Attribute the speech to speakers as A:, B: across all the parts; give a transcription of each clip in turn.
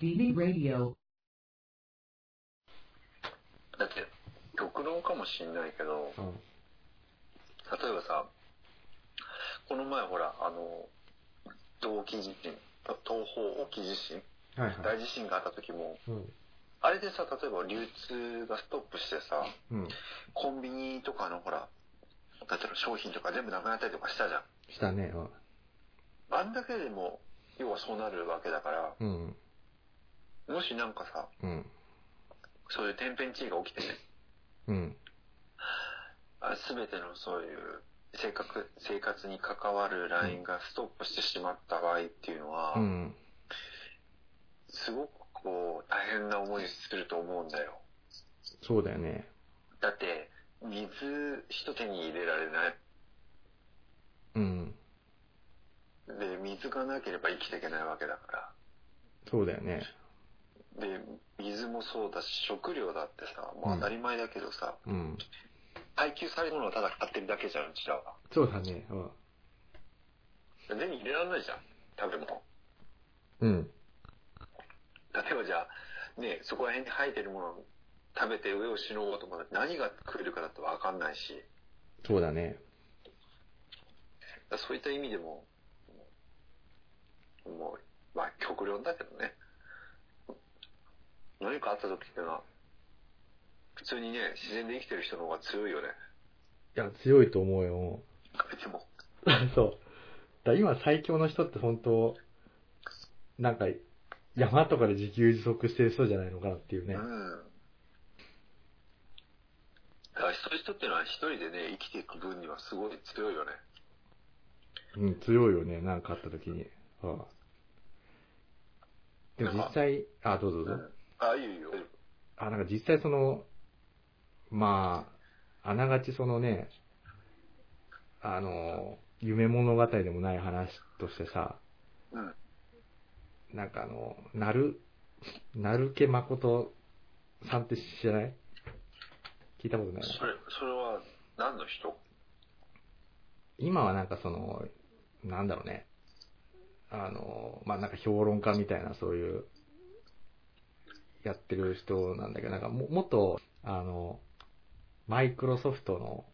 A: BB Radio.
B: だって極論かもしんないけど
C: うん。
B: 例えばさこの前ほらあの同期地震と東方沖地震
C: はいはい。
B: 大地震があった時も
C: うん。
B: あれでさ例えば流通がストップしてさ
C: うん。
B: コンビニとかのほら例えば商品とか全部なくなったりとかしたじゃん
C: したね。うん
B: あんだけでも要はそうなるわけだから
C: うん。
B: もしなんかさ
C: うん。
B: そういう天変地異が起きてね
C: うん。
B: あ全てのそういう生活生活に関わるラインがストップしてしまった場合っていうのは、
C: うん。
B: すごくこう大変な思いすると思うんだよ
C: そうだよね。
B: だって水一手に入れられない
C: うん。
B: で水がなければ生きていけないわけだか
C: そうだよね。
B: らで水もそうだし食料だってさもう当たり前だけどさ、
C: うん。
B: 配給されるものをただ買ってるだけじゃんうちらは
C: そうだね。うん
B: 手に入れられないじゃん食べ物
C: うん。
B: 例えばじゃあ、ね、そこら辺に生えてるものを食べて上をしのごうと思ったら何が来るかだって分かんないし、
C: そうだね。
B: だからそういった意味でも、もう、まあ極論だけどね、何かあった時っていうのは、普通にね、自然で生きてる人の方が強いよね。
C: いや、強いと思うよ。
B: でも、
C: そう。だから今最強の人って本当、なんか、山とかで自給自足してる人じゃないのかなっていうね
B: う。ん。だからそういう人っていうのは一人でね、生きていく分にはすごい強いよね。
C: うん、強いよね、なんかあった時に。ああでも実際、あ、どうぞどう
B: う
C: ぞ。
B: ん。ああいうよ。
C: あ、なんか実際その、まあ、あながちそのね、あの、夢物語でもない話としてさ、
B: うん。
C: なんかあの、なる、なるけ誠さんって知らない聞いたことない
B: それ、それは何の人
C: 今はなんかその、なんだろうね。あの、まあ、なんか評論家みたいなそういう、やってる人なんだけど、なんかも、元、あの、マイクロソフトの、
B: うん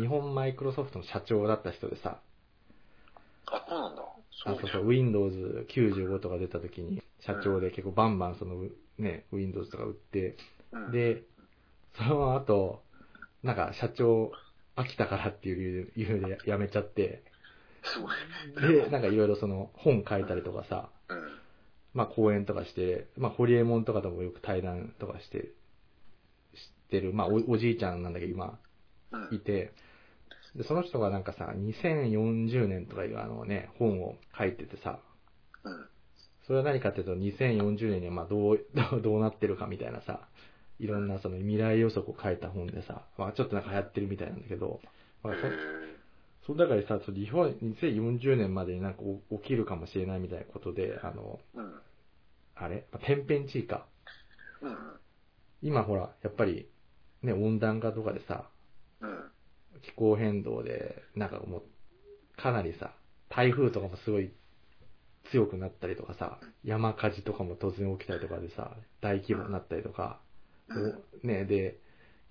C: 日本マイクロソフトの社長だった人でさ、
B: あ、そうなんだ。そ
C: あ
B: う
C: と
B: でし
C: そ
B: ょ
C: う、Windows95 とか出た時に、社長で結構バンバンその、ね、Windows とか売って、
B: うん、
C: で、その後、なんか社長飽きたからっていう理由で辞めちゃって、
B: すごい。
C: で、なんかいろいろその本書いたりとかさ、
B: うん。
C: まあ講演とかして、まあホリエモンとかともよく対談とかして、知ってる、まあおおじいちゃんなんだけど今、
B: う
C: い
B: ん。
C: て、で、その人がなんかさ、2040年とかいうあのね、本を書いててさ、
B: うん。
C: それは何かっていうと2040年にはまあどう、どうどうなってるかみたいなさ、いろんなその未来予測を書いた本でさ、まあちょっとなんか流行ってるみたいなんだけど、まあ
B: へ
C: そ
B: え
C: その中でさ、その日本2040年までになんかお起きるかもしれないみたいなことで、あの、
B: うん。
C: あれまあ天変地異か。
B: うん。
C: 今ほら、やっぱり、ね、温暖化とかでさ、
B: うん。
C: 気候変動で、なんかもう、かなりさ、台風とかもすごい強くなったりとかさ、山火事とかも突然起きたりとかでさ、大規模になったりとか、
B: うん
C: ね、で、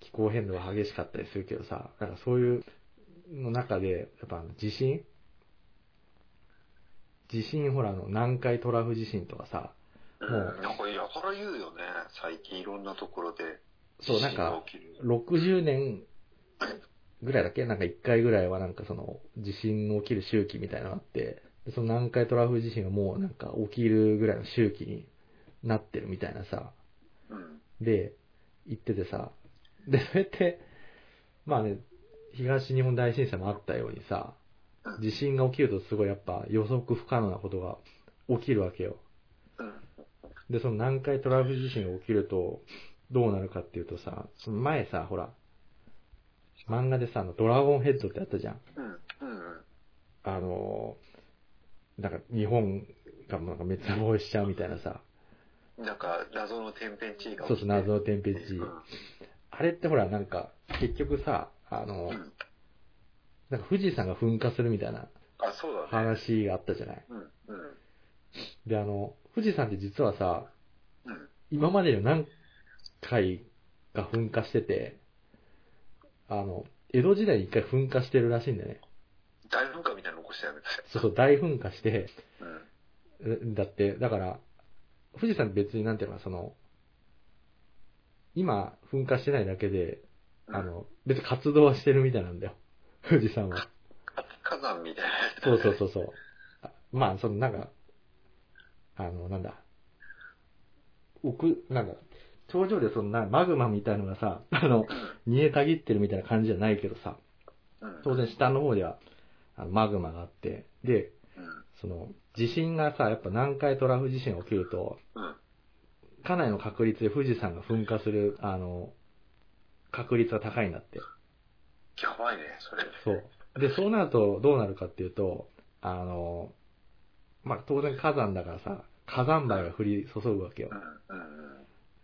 C: 気候変動が激しかったりするけどさ、なんかそういうの中で、やっぱあの地震地震ほらあの南海トラフ地震とかさ、
B: うん。なんか、やから言うよね。最近いろんなところで。
C: そうなんか
B: 地震が起きる
C: 60年ぐらいだっけなんか1回ぐらいはなんかその地震の起きる周期みたいなのがあって、でその南海トラフ地震がもうなんか起きるぐらいの周期になってるみたいなさ、
B: うん。
C: で、行っててさ、で、それって、まあね、東日本大震災もあったようにさ、地震が起きるとすごいやっぱ予測不可能なことが起きるわけよ。
B: うん。
C: で、その南海トラフ地震が起きると、どうなるかっていうとさ、その前さ、ほら、漫画でさ、あのドラゴンヘッドってあったじゃん。
B: うん。うん。
C: あのー、なんか日本がなんか滅亡しちゃうみたいなさ、
B: なんか、謎の天変地異が起
C: そう
B: きて。
C: そう、謎の天変地異
B: うん。
C: あれってほら、なんか、結局さ、あのー、なんか富士山が噴火するみたいな
B: あ、そうだね。
C: 話があったじゃない。
B: うん。うん。
C: で、あの、富士山って実はさ、今までの何回か噴火してて、あの、江戸時代に一回噴火してるらしいんだよね。
B: 大噴火みたいなの起こしてやめて。
C: そうそう、大噴火して、
B: うん。
C: うだって、だから、富士山別になんていうのかな、その、今、噴火してないだけで、あの、別に活動はしてるみたいなんだよ。富士山は。
B: 活火山みたいなやつだ
C: そ
B: ね
C: うそうそうそう。あまあ、そのなんか、あの、なんだ。奥、なんだ。頂上でそのなマグマみたいのがさ、あの、煮えたぎってるみたいな感じじゃないけどさ、
B: うん。
C: 当然下の方では、あのマグマがあって、で、
B: うん。
C: その、地震がさ、やっぱ南海トラフ地震が起きると、
B: うん。
C: かなりの確率で富士山が噴火する、あの、確率が高いんだって。
B: やばいね、それ。
C: そう。で、そうなるとどうなるかっていうと、あの、まあ、当然火山だからさ、火山灰が降り注ぐわけよ
B: う。ん。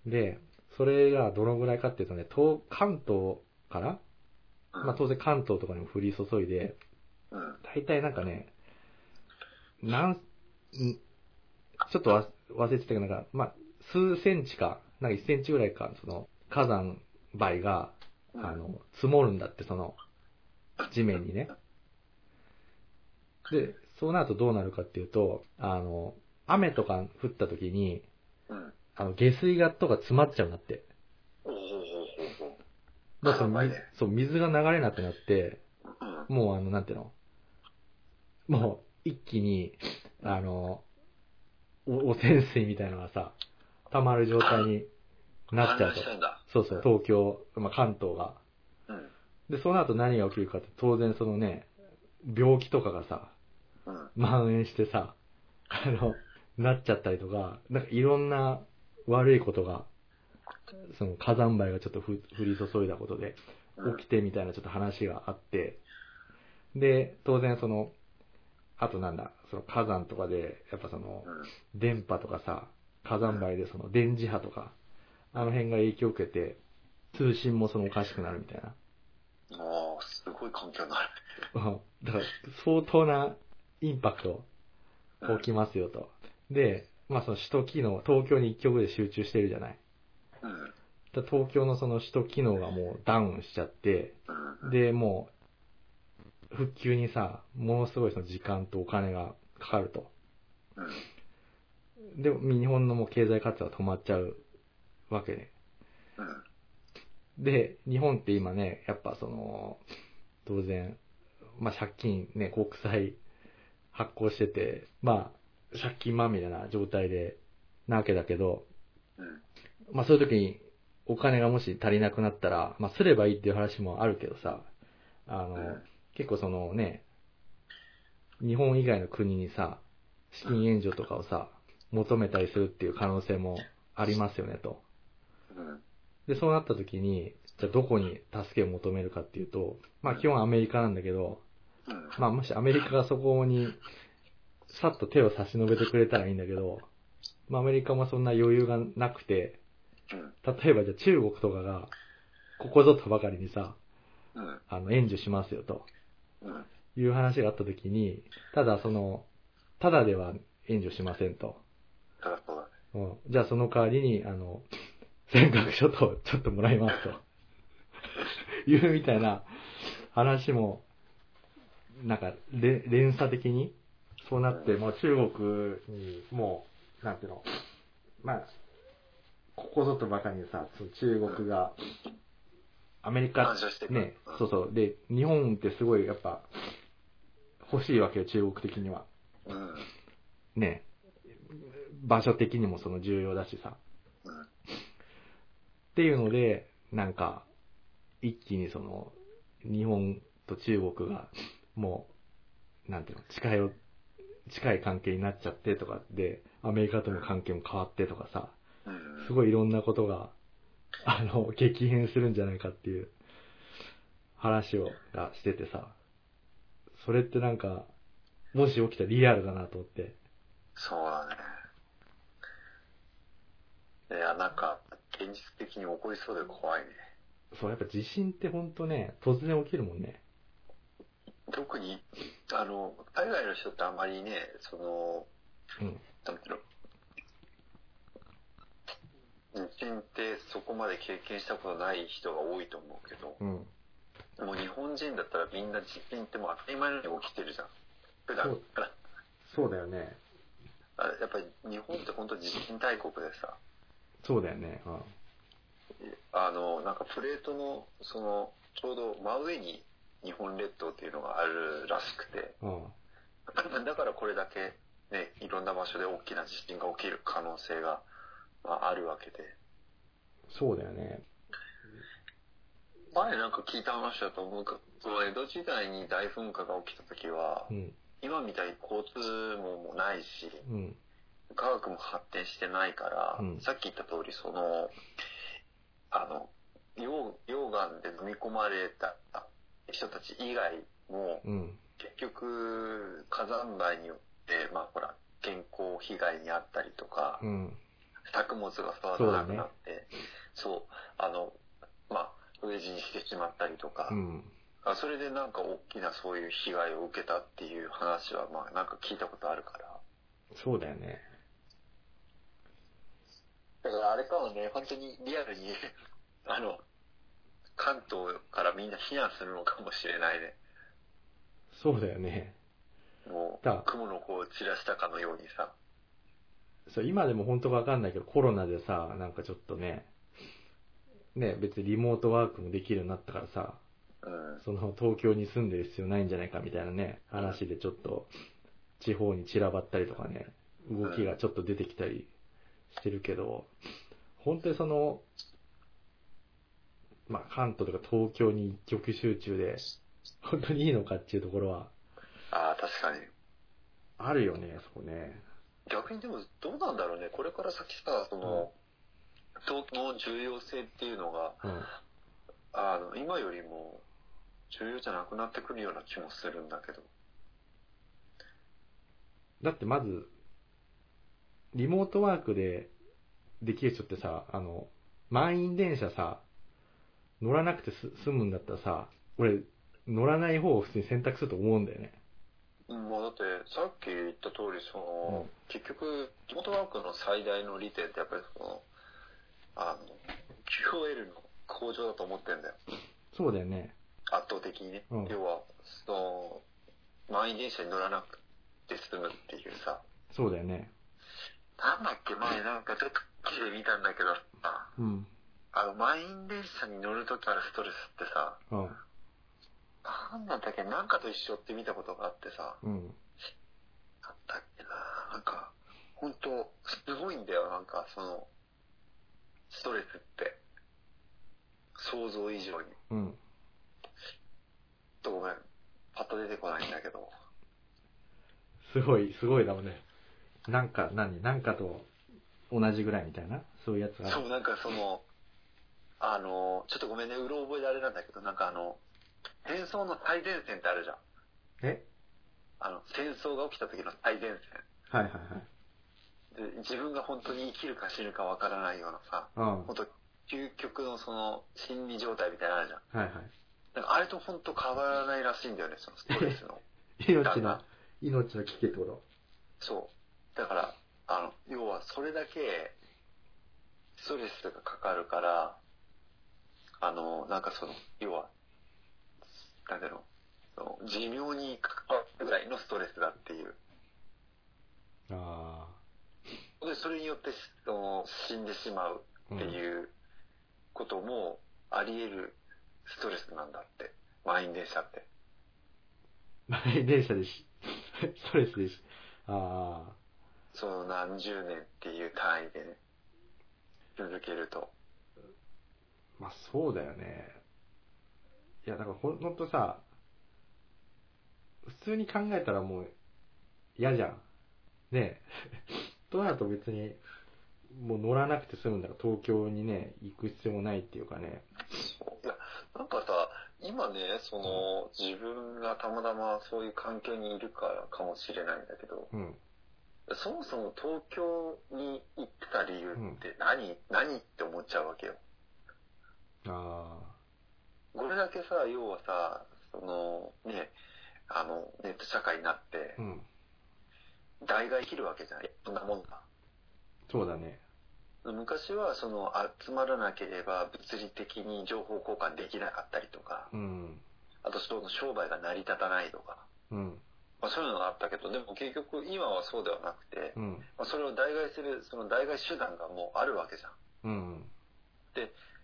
B: うん。
C: で、それがどのぐらいかっていうとね、東、関東から、
B: うん。
C: まあ、当然関東とかにも降り注いで、
B: うん。
C: 大体なんかね、なん、んちょっとわ忘れてたけど、なんか、まあ、数センチか、なんか1センチぐらいか、その、火山灰が、
B: うん
C: あ、の、積もるんだって、その、地面にね。で、そうなるとどうなるかっていうと、あの、雨とか降った時に、
B: うん。
C: あの、下水がとか詰まっちゃうんだって。
B: おおおおお
C: だからそ
B: やば
C: の
B: い
C: 水
B: ね
C: そう、水が流れなくなって、
B: うん。
C: もうあの、なんていうのもう、一気に、あの、お、汚染水みたいなのがさ、溜まる状態になっちゃう
B: 氾濫
C: と
B: し。たんだ。
C: そうそう、東京、まあ、関東が。
B: うん。
C: で、その後何が起きるかって、当然そのね、病気とかがさ、
B: うん。
C: 蔓延してさ、あの、なっちゃったりとか、なんかいろんな悪いことが、その火山灰がちょっとふ降り注いだことで
B: うん
C: 起きてみたいなちょっと話があって、で、当然その、あとなんだ、その火山とかで、やっぱその
B: う、ん。
C: 電波とかさ、火山灰でその電磁波とか、あの辺が影響を受けて、通信もそのおかしくなるみたいな。
B: ああ、すごい環境になる。
C: うんだから相当なインパクト
B: うん
C: 起きますよと。で、まあその首都機能、東京に一極で集中してるじゃない。
B: うん。
C: だから東京のその首都機能がもうダウンしちゃって、
B: うん。
C: で、もう、復旧にさ、ものすごいその時間とお金がかかると。
B: うん。
C: で、日本のもう経済活動が止まっちゃうわけで。
B: うん。
C: で、日本って今ね、やっぱその、当然、まあ借金ね、国債発行してて、まあ、借金まみれな状態で、なわけだけど、
B: うん。
C: まあそういう時にお金がもし足りなくなったら、まあすればいいっていう話もあるけどさ、あの、
B: うん
C: 結構そのね、日本以外の国にさ、資金援助とかをさ、求めたりするっていう可能性もありますよねと。
B: うん。
C: で、そうなった時に、じゃあどこに助けを求めるかっていうと、まあ基本アメリカなんだけど、
B: うん。
C: まあもしアメリカがそこに、さっと手を差し伸べてくれたらいいんだけど、まあアメリカもそんな余裕がなくて、
B: うん。
C: 例えばじゃあ中国とかが、ここぞとばかりにさ、
B: うん。
C: あの、援助しますよと
B: うん。
C: いう話があった時に、ただその、ただでは援助しませんと。
B: ただそうだね。
C: うん、じゃあその代わりに、あの、尖閣諸島ちょっともらいますと。 いうみたいな話も、なんか、れ連鎖的に、そうなって、もう中国に、もう、なんていうの、まあ、ここぞとばかりにさ、その中国が、アメリカ
B: 感、謝してく
C: ね
B: る。、
C: そうそう、で、日本ってすごいやっぱ、欲しいわけよ、中国的には。
B: うん。うん。
C: ね、場所的にもその重要だしさ。
B: うん。
C: っていうので、なんか、一気にその、日本と中国が、もう、なんていうの、近いを、近い関係になっちゃってとかで、アメリカとの関係も変わってとかさ、
B: うん。
C: す
B: い。
C: ごいいろんなことが、あの、激変するんじゃないかっていう話を、がしててさ、それってなんか、もし起きたらリアルだなと思って、
B: そうだね。いや、なんか、現実的に起こりそうで怖いね。
C: そう、やっぱ地震ってほんとね、突然起きるもんね。
B: 特に、あの、海外の人ってあんまりね、その、
C: うん。
B: なんていうの日本ってそこまで経験したことない人が多いと思うけど、
C: うん。
B: もう日本人だったらみんな地震ってもう当たり前のように起きてるじゃん。普段から。
C: そうだよね。
B: あやっぱり日本って本当地震大国でさ、
C: そうだよね。うん
B: あの、なんかプレートの、その、ちょうど真上に日本列島っていうのがあるらしくて、
C: うん。
B: だからこれだけね、いろんな場所で大きな地震が起きる可能性が、まあ、あるわけで。
C: そうだよね。
B: 前なんか聞いた話だと思うけど、江戸時代に大噴火が起きた時は
C: う、ん。
B: 今みたいに交通網もないし、
C: うん。
B: 科学も発展してないから、
C: うん
B: さっき言った通り、その、あの、溶溶岩で飲み込まれた人たち以外も、
C: うん。
B: 結局、火山灰によって、まあほら、健康被害にあったりとか、
C: うん。
B: 作物が育たなくなって、そう,、あの、まあ、飢え死にしてしまったりとか、
C: うん。
B: あそれでなんか大きなそういう被害を受けたっていう話は、まあなんか聞いたことあるから、
C: そうだよね。
B: だからあれかもね、本当にリアルに、 あの、関東からみんな避難するのかもしれないね。
C: そうだよね。
B: も
C: だ
B: う、雲の子を散らしたかのようにさ。
C: そう、今でも本当かわかんないけど、コロナでさ、なんかちょっとね、ね、別にリモートワークもできるようになったからさ、
B: うん。
C: その東京に住んでる必要ないんじゃないかみたいなね、話でちょっと地方に散らばったりとかね、動きがちょっと出てきたりしてるけど、本当にその、まあ関東とか東京に一極集中で、本当にいいのかっていうところは
B: ああ、確かに。
C: あるよね、そこね。
B: 逆にでもどうなんだろうね。これから先さ、その、東京の重要性っていうのが、
C: うん。
B: あの、今よりも重要じゃなくなってくるような気もするんだけど。
C: だってまず、リモートワークでできる人ってさ、あの、満員電車さ、乗らなくてす済むんだったらさ、俺、乗らない方を普通に選択すると思うんだよね。
B: うんまあ、だってさっき言った通りその、
C: うん
B: 結局地元ワークの最大の利点ってやっぱりそのあの QOL の向上だと思ってんだよ
C: そうだよね。
B: 圧倒的にね、
C: うん
B: 要はその満員電車に乗らなくて済むっていうさ
C: そうだよね。
B: なんだっけ前なんかちょっと記事で見たんだけどさ
C: うん。
B: あの満員電車に乗るときあるストレスってさ
C: うん。
B: なんだったっけなんかと一緒って見たことがあってさ
C: うん。
B: なんだっけな、なんか、本当すごいんだよ、なんか、その、ストレスって。想像以上に。
C: うん。
B: ちょっとごめん、パッと出てこないんだけど。
C: すごい、すごいだもんね。なんか、何なんかと同じぐらいみたいなそういうやつがあ
B: そ
C: る。
B: う、なんかその、あの、ちょっとごめんね、うろ覚えであれなんだけど、なんかあの、戦争の最前線ってあるじゃん。
C: え
B: あの、戦争が起きた時の最前
C: はいはいはい。
B: 線。で、自分が本当に生きるか死ぬかわからないようなさ、
C: うん。
B: 本当究極のその、心理状態みたいなのあるじゃん。
C: はいは
B: なんかあれと本当変わらないらしいんだよね、そのストレスの。
C: い。命
B: だ
C: の
B: な、
C: 命の危機ってこと
B: そう。だから、あの、要はそれだけ、ストレスがかかるから、あの、なんかその、要は、なんだろうの、その寿命に関わるぐらいのストレスだっていう。
C: あ
B: で、それによって、その、死んでしまう
C: あ。
B: っていうこともあり得るストレスなんだって。満員電車って。
C: 満員電車でし、ストレスでし、ああ、
B: その何十年っていう単位でね、続けると。
C: まあそうだよね。いや、だからほんほんとさ、普通に考えたらもう嫌じゃん。ね え。となると別に、もう乗らなくて済むんだから東京にね、行く必要もないっていうかね。
B: いや、なんかさ、今ね、その、自分がたまたまそういう環境にいるからかもしれないんだけど、
C: うん。
B: そもそも東京に行ってた理由って何、何って思っちゃうわけよ。
C: あ
B: これだけさ、要はさ、その、ね、あの、ネット社会になって
C: あ。う、ん。
B: 代替切るわけじゃない。そんなもんが。
C: そうだね。
B: 昔はその集まらなければ物理的に情報交換できなかったりとか、
C: うん。
B: あとその商売が成り立たないとか、
C: うん。
B: まあ、そういうのがあったけど、でも結局今はそうではなくて、
C: うん。
B: まあ、それを代替する、その代替手段がもうあるわけじゃん。
C: うん。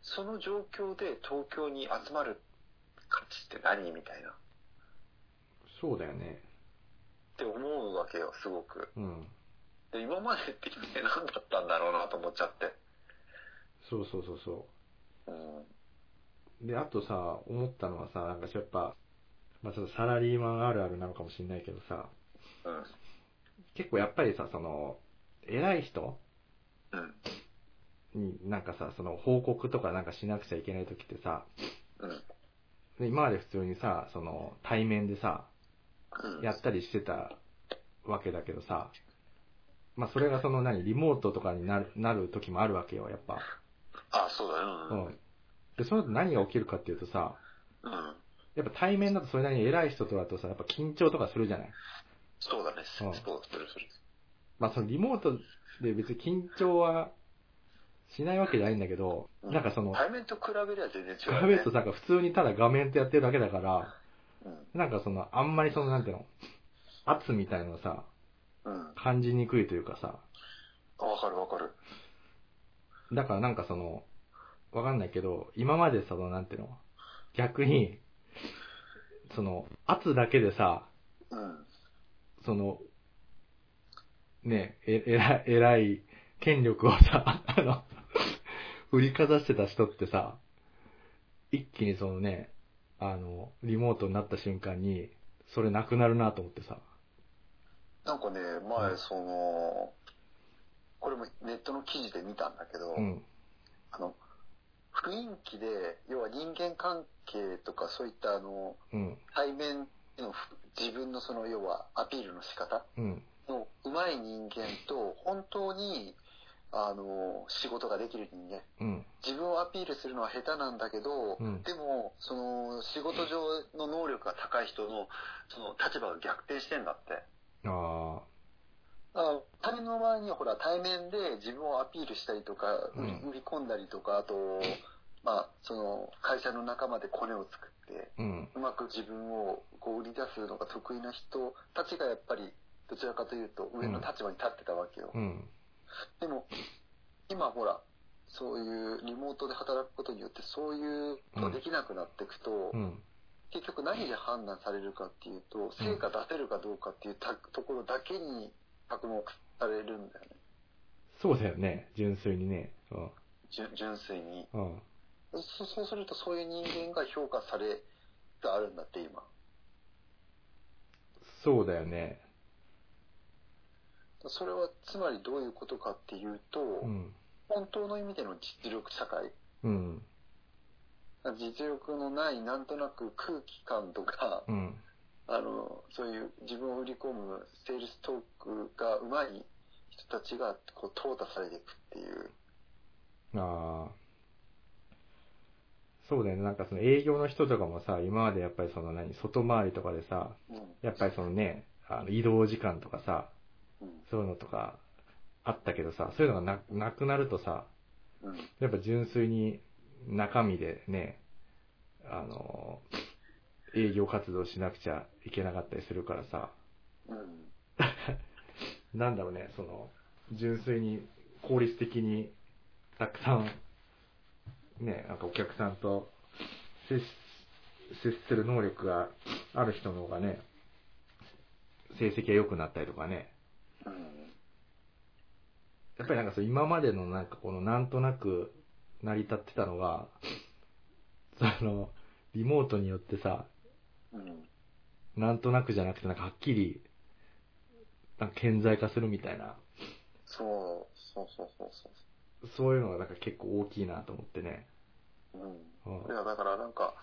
B: その状況で東京に集まる価値って何みたいな。っ
C: そうだよね。
B: て思うわけよ、すごく。
C: うん。
B: で、今までって一体何だったんだろうなと思っちゃって。
C: そうそうそうそう。
B: うん。
C: で、あとさ、思ったのはさ、なんかやっぱ、まあちょっとサラリーマンあるあるなのかもしれないけどさ、
B: うん。
C: 結構やっぱりさ、その、偉い人
B: うん。
C: になんかさ、その報告とかなんかしなくちゃいけない時ってさ、
B: うん。
C: で今まで普通にさ、その、対面でさ、
B: うん。
C: やったりしてたわけだけどさ、まあそれがその何、リモートとかになる、なる時もあるわけよ、やっぱ。
B: あ、そうだね。
C: う
B: うん。
C: ん。で、その後何が起きるかっていうとさ、
B: うん。
C: やっぱ対面だとそれなりに偉い人とだとさ、やっぱ緊張とかするじゃない
B: そうだね。
C: うん
B: そう、するする。
C: まあそのリモートで別に緊張はしないわけじゃないんだけど、
B: うん
C: なんかその、
B: 対面と比べりゃ全然違う、 ね。
C: 比べるとなんか普通にただ画面とやってるだけだから、
B: うん。
C: なんかその、あんまりその、なんていうの、圧みたいなのさ、
B: うん。
C: 感じにくいというかさ、
B: あわかるわかる。
C: だからなんかその、わかんないけど、今までその、なんていうの、逆に、その、圧だけでさ、
B: うん。
C: その、ね、え、えらい、えらい、権力をさ、 あの、振りかざしてた人ってさ、一気にそのね、あの、リモートになった瞬間に、それなくなるなと思ってさ。
B: なんかね、
C: う
B: 前、
C: ん
B: その、これもネットの記事で見たんだけど、
C: うん。
B: あの、雰囲気で、要は人間関係とかそういったあの、
C: うん。
B: 対面でのふ自分のその、要はアピールの仕方
C: うん。
B: の上手い人間と、本当に、あの、仕事ができる人間。
C: うん。
B: 自分をアピールするのは下手なんだけど、
C: うん
B: でも、その、仕事上の能力が高い人の、その、立場が逆転してんだって。
C: ああ。
B: あ対面の場合にはほら対面で自分をアピールしたりとか、
C: うん
B: 売り売り込んだりとかあと、まあ、その会社の仲間でコネを作って
C: うん。
B: うまく自分をこう売り出すのが得意な人たちがやっぱりどちらかというと上の立場に立ってたわけよ、
C: うん。
B: でも今ほらそういうリモートで働くことによってそういうのができなくなっていくと、
C: うん。
B: 結局何で判断されるかっていうと成果出せるかどうかっていうたところだけに着目されるんだよね
C: そうだよね。純粋にね。うん。
B: 純純粋に
C: うん。
B: そそうするとそういう人間が評価されがあるんだって今
C: そうだよね。
B: それはつまりどういうことかっていうと、
C: うん。
B: 本当の意味での実力社会
C: うん。
B: 実力のないなんとなく空気感とか
C: うん。
B: あのそういう自分を売り込むセールストークが上手い人たちがこう淘汰されていくっていう
C: ああ。そうだよね。なんかその営業の人とかもさ、今までやっぱりその何、外回りとかでさ、
B: うん
C: やっぱりそのね、あの移動時間とかさ、
B: うん
C: そういうのとかあったけどさ、そういうのがななくなるとさ、
B: うん
C: やっぱ純粋に中身でね、あの、営業活動しなくちゃいけなかったりするからさ、
B: うん
C: なんだろうね、その、純粋に効率的にたくさん、ね、なんかお客さんと接し接する能力がある人の方がね、成績が良くなったりとかね、
B: うん
C: やっぱりなんかそう今までのなんかこのなんとなく成り立ってたのが、その、リモートによってさ、
B: うん
C: なんとなくじゃなくてなんかはっきり、なんか顕在化するみたいな、
B: そうそうそうそうそ
C: そういうのがなんか結構大きいなと思ってね。
B: う。うん
C: うん
B: いや、だからなんか、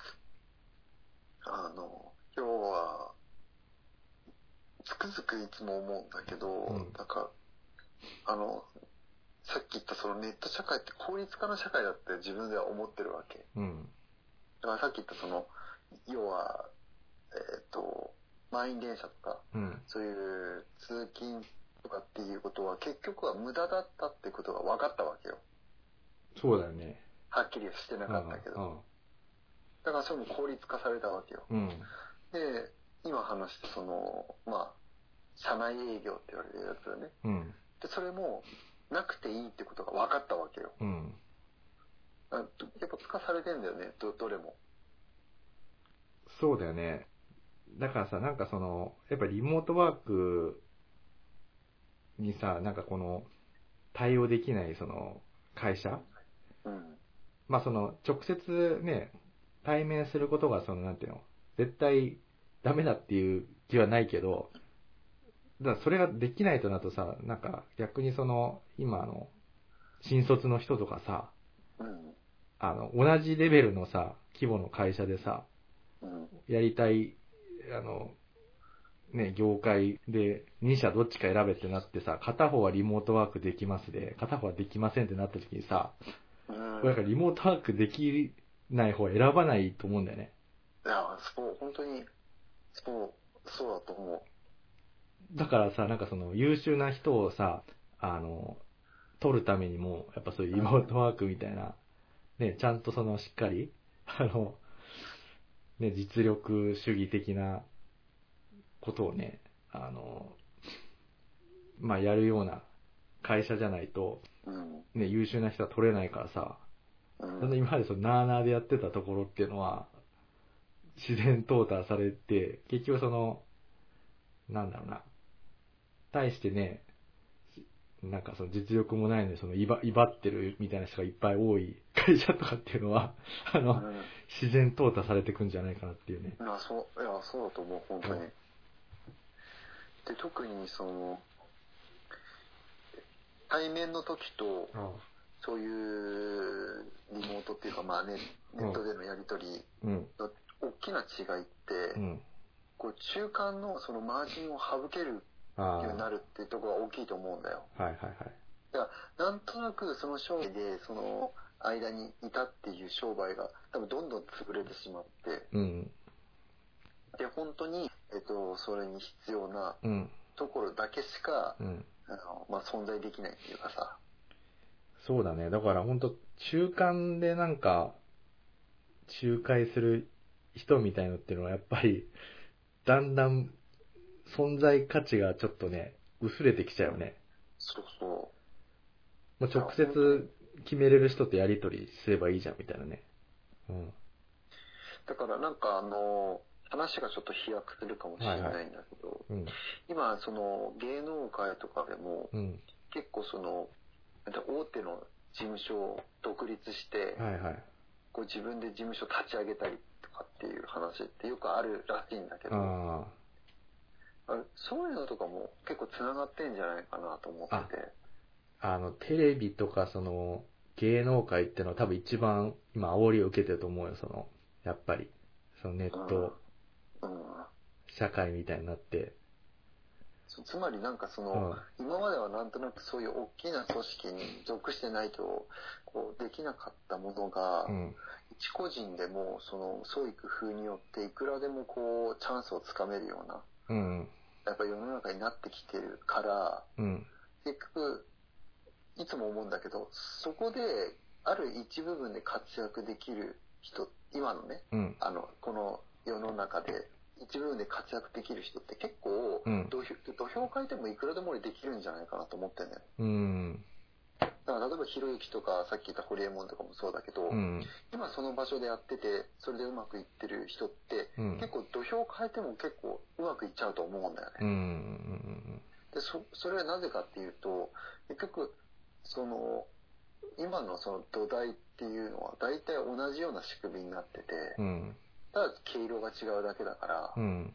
B: あの、今日は、つくづくいつも思うんだけど、
C: うん
B: なんか、あの、さっき言ったそのネット社会って効率化の社会だって自分では思ってるわけ。
C: うん。
B: だからさっき言ったその、要は、えっ、と、満員電車とか、
C: うん。
B: そういう通勤とかっていうことは結局は無駄だったってことが分かったわけよ。
C: そうだよね。
B: はっきりはしてなかったけど。だからそれも効率化されたわけよ。
C: うん。うん。
B: で、今話したその、まあ、社内営業って言われるやつだね。
C: うん。
B: で、それもなくていいってことが分かったわけよ。
C: うん。
B: あどやっぱ化されてんだよね、ど、どれも。
C: そうだよね。だからさ、なんかその、やっぱリモートワークにさ、なんかこの、対応できないその、会社
B: うん。
C: まあその、直接ね、対面することがその、なんていうの、絶対ダメだっていう気はないけど、だからそれができないとなるとさ、なんか逆にその、今あの、新卒の人とかさ、
B: うん。
C: あの、同じレベルのさ、規模の会社でさ、
B: うん。
C: やりたい、あの、ね、業界で2社どっちか選べってなってさ、片方はリモートワークできますで、片方はできませんってなった時にさ、
B: うん。
C: これだからリモートワークできない方を選ばないと思うんだよね。
B: いや、そう、本当に、そう、そうだと思
C: だからさ、なんかその優秀な人をさ、あの、取るためにも、やっぱそういうリモートワークみたいな、ね、ちゃんとそのしっかり、あの、ね、実力主義的なことをね、あの、まあ、やるような会社じゃないと、
B: う。うん。
C: ね、優秀な人は取れないからさ、
B: う
C: その
B: ん。
C: 今までそのなーなーでやってたところっていうのは、自然淘汰されて、結局その、なんだろうな、対してね、なんかその実力もないのに、その威張威張ってるみたいな人がいっぱい多い会社とかっていうのは、あ
B: う
C: の、
B: ん
C: 自然淘汰されてくんじゃないかなっていうね。
B: いや、そう、いや、そうだと思う、本当に。
C: うん
B: で、特にその、対面の時と、そういうリモートっていうか、まあね、
C: ん
B: ネットでのやり取り
C: うん、
B: の大きな違いって、
C: うん。
B: こう中間のそのマージンを省ける
C: ああ、
B: ようにな
C: は
B: るっていうところが大きいと思うんだよ。
C: いはいはい。
B: なんとなくその商売で、その間にいたっていう商売が多分どんどん潰れてしまって、
C: うん、
B: で、本当に、えっと、それに必要な
C: うん、
B: ところだけしか、
C: うん。
B: あの、まあ、存在できないっていうかさ、
C: そうだね。だから本当中間でなんか、仲介する人みたいのっていうのはやっぱり、 だんだん存在価値がちょっとね、薄れてきちゃうよね。
B: そうそ
C: もう直接決めれる人とやりとりすればいいじゃんみたいなね。うん。
B: う。だからなんかあの、話がちょっと飛躍するかもしれないんだけど、
C: うん。
B: 今その芸能界とかでも
C: うん。
B: 結構その、なんて大手の事務所を独立して、
C: はいはい。
B: こう自分で事務所立ち上げたりとかっていう話ってよくあるらしいんだけど、
C: あ
B: あそういうのとかも結構つながってんじゃないかなと思ってて、
C: あ。あの、テレビとかその、芸能界ってのは多分一番今煽りを受けてると思うよ、その、やっぱり。そのネット
B: うん、
C: 社会みたいになって。
B: そつまりなんかそうの、
C: ん。
B: 今まではなんとなくそういう大きな組織に属してないとこうできなかったものが、
C: うん。
B: 一個人でもその創意工夫によっていくらでもこうチャンスをつかめるような
C: うん。
B: やっぱ世の中になってきてるから
C: うん。
B: 結局いつも思うんだけどそこである一部分で活躍できる人今のね
C: うん。
B: あのこの世の中で一部分で活躍できる人って結構、
C: うん
B: 土俵土俵を変えてもいくらでも俺できるんじゃないかなと思ってんだよ
C: うん。
B: だから例えばひろゆきとかさっき言ったホリエモンとかもそうだけど、
C: うん。
B: 今その場所でやっててそれでうまくいってる人って
C: うん。
B: 結構土俵を変えても結構うまくいっちゃうと思うんだよね、
C: うん。
B: でそそれはなぜかっていうと結局その今のその土台っていうのは大体同じような仕組みになってて
C: うん。
B: ただ毛色が違うだけだから
C: う、ん。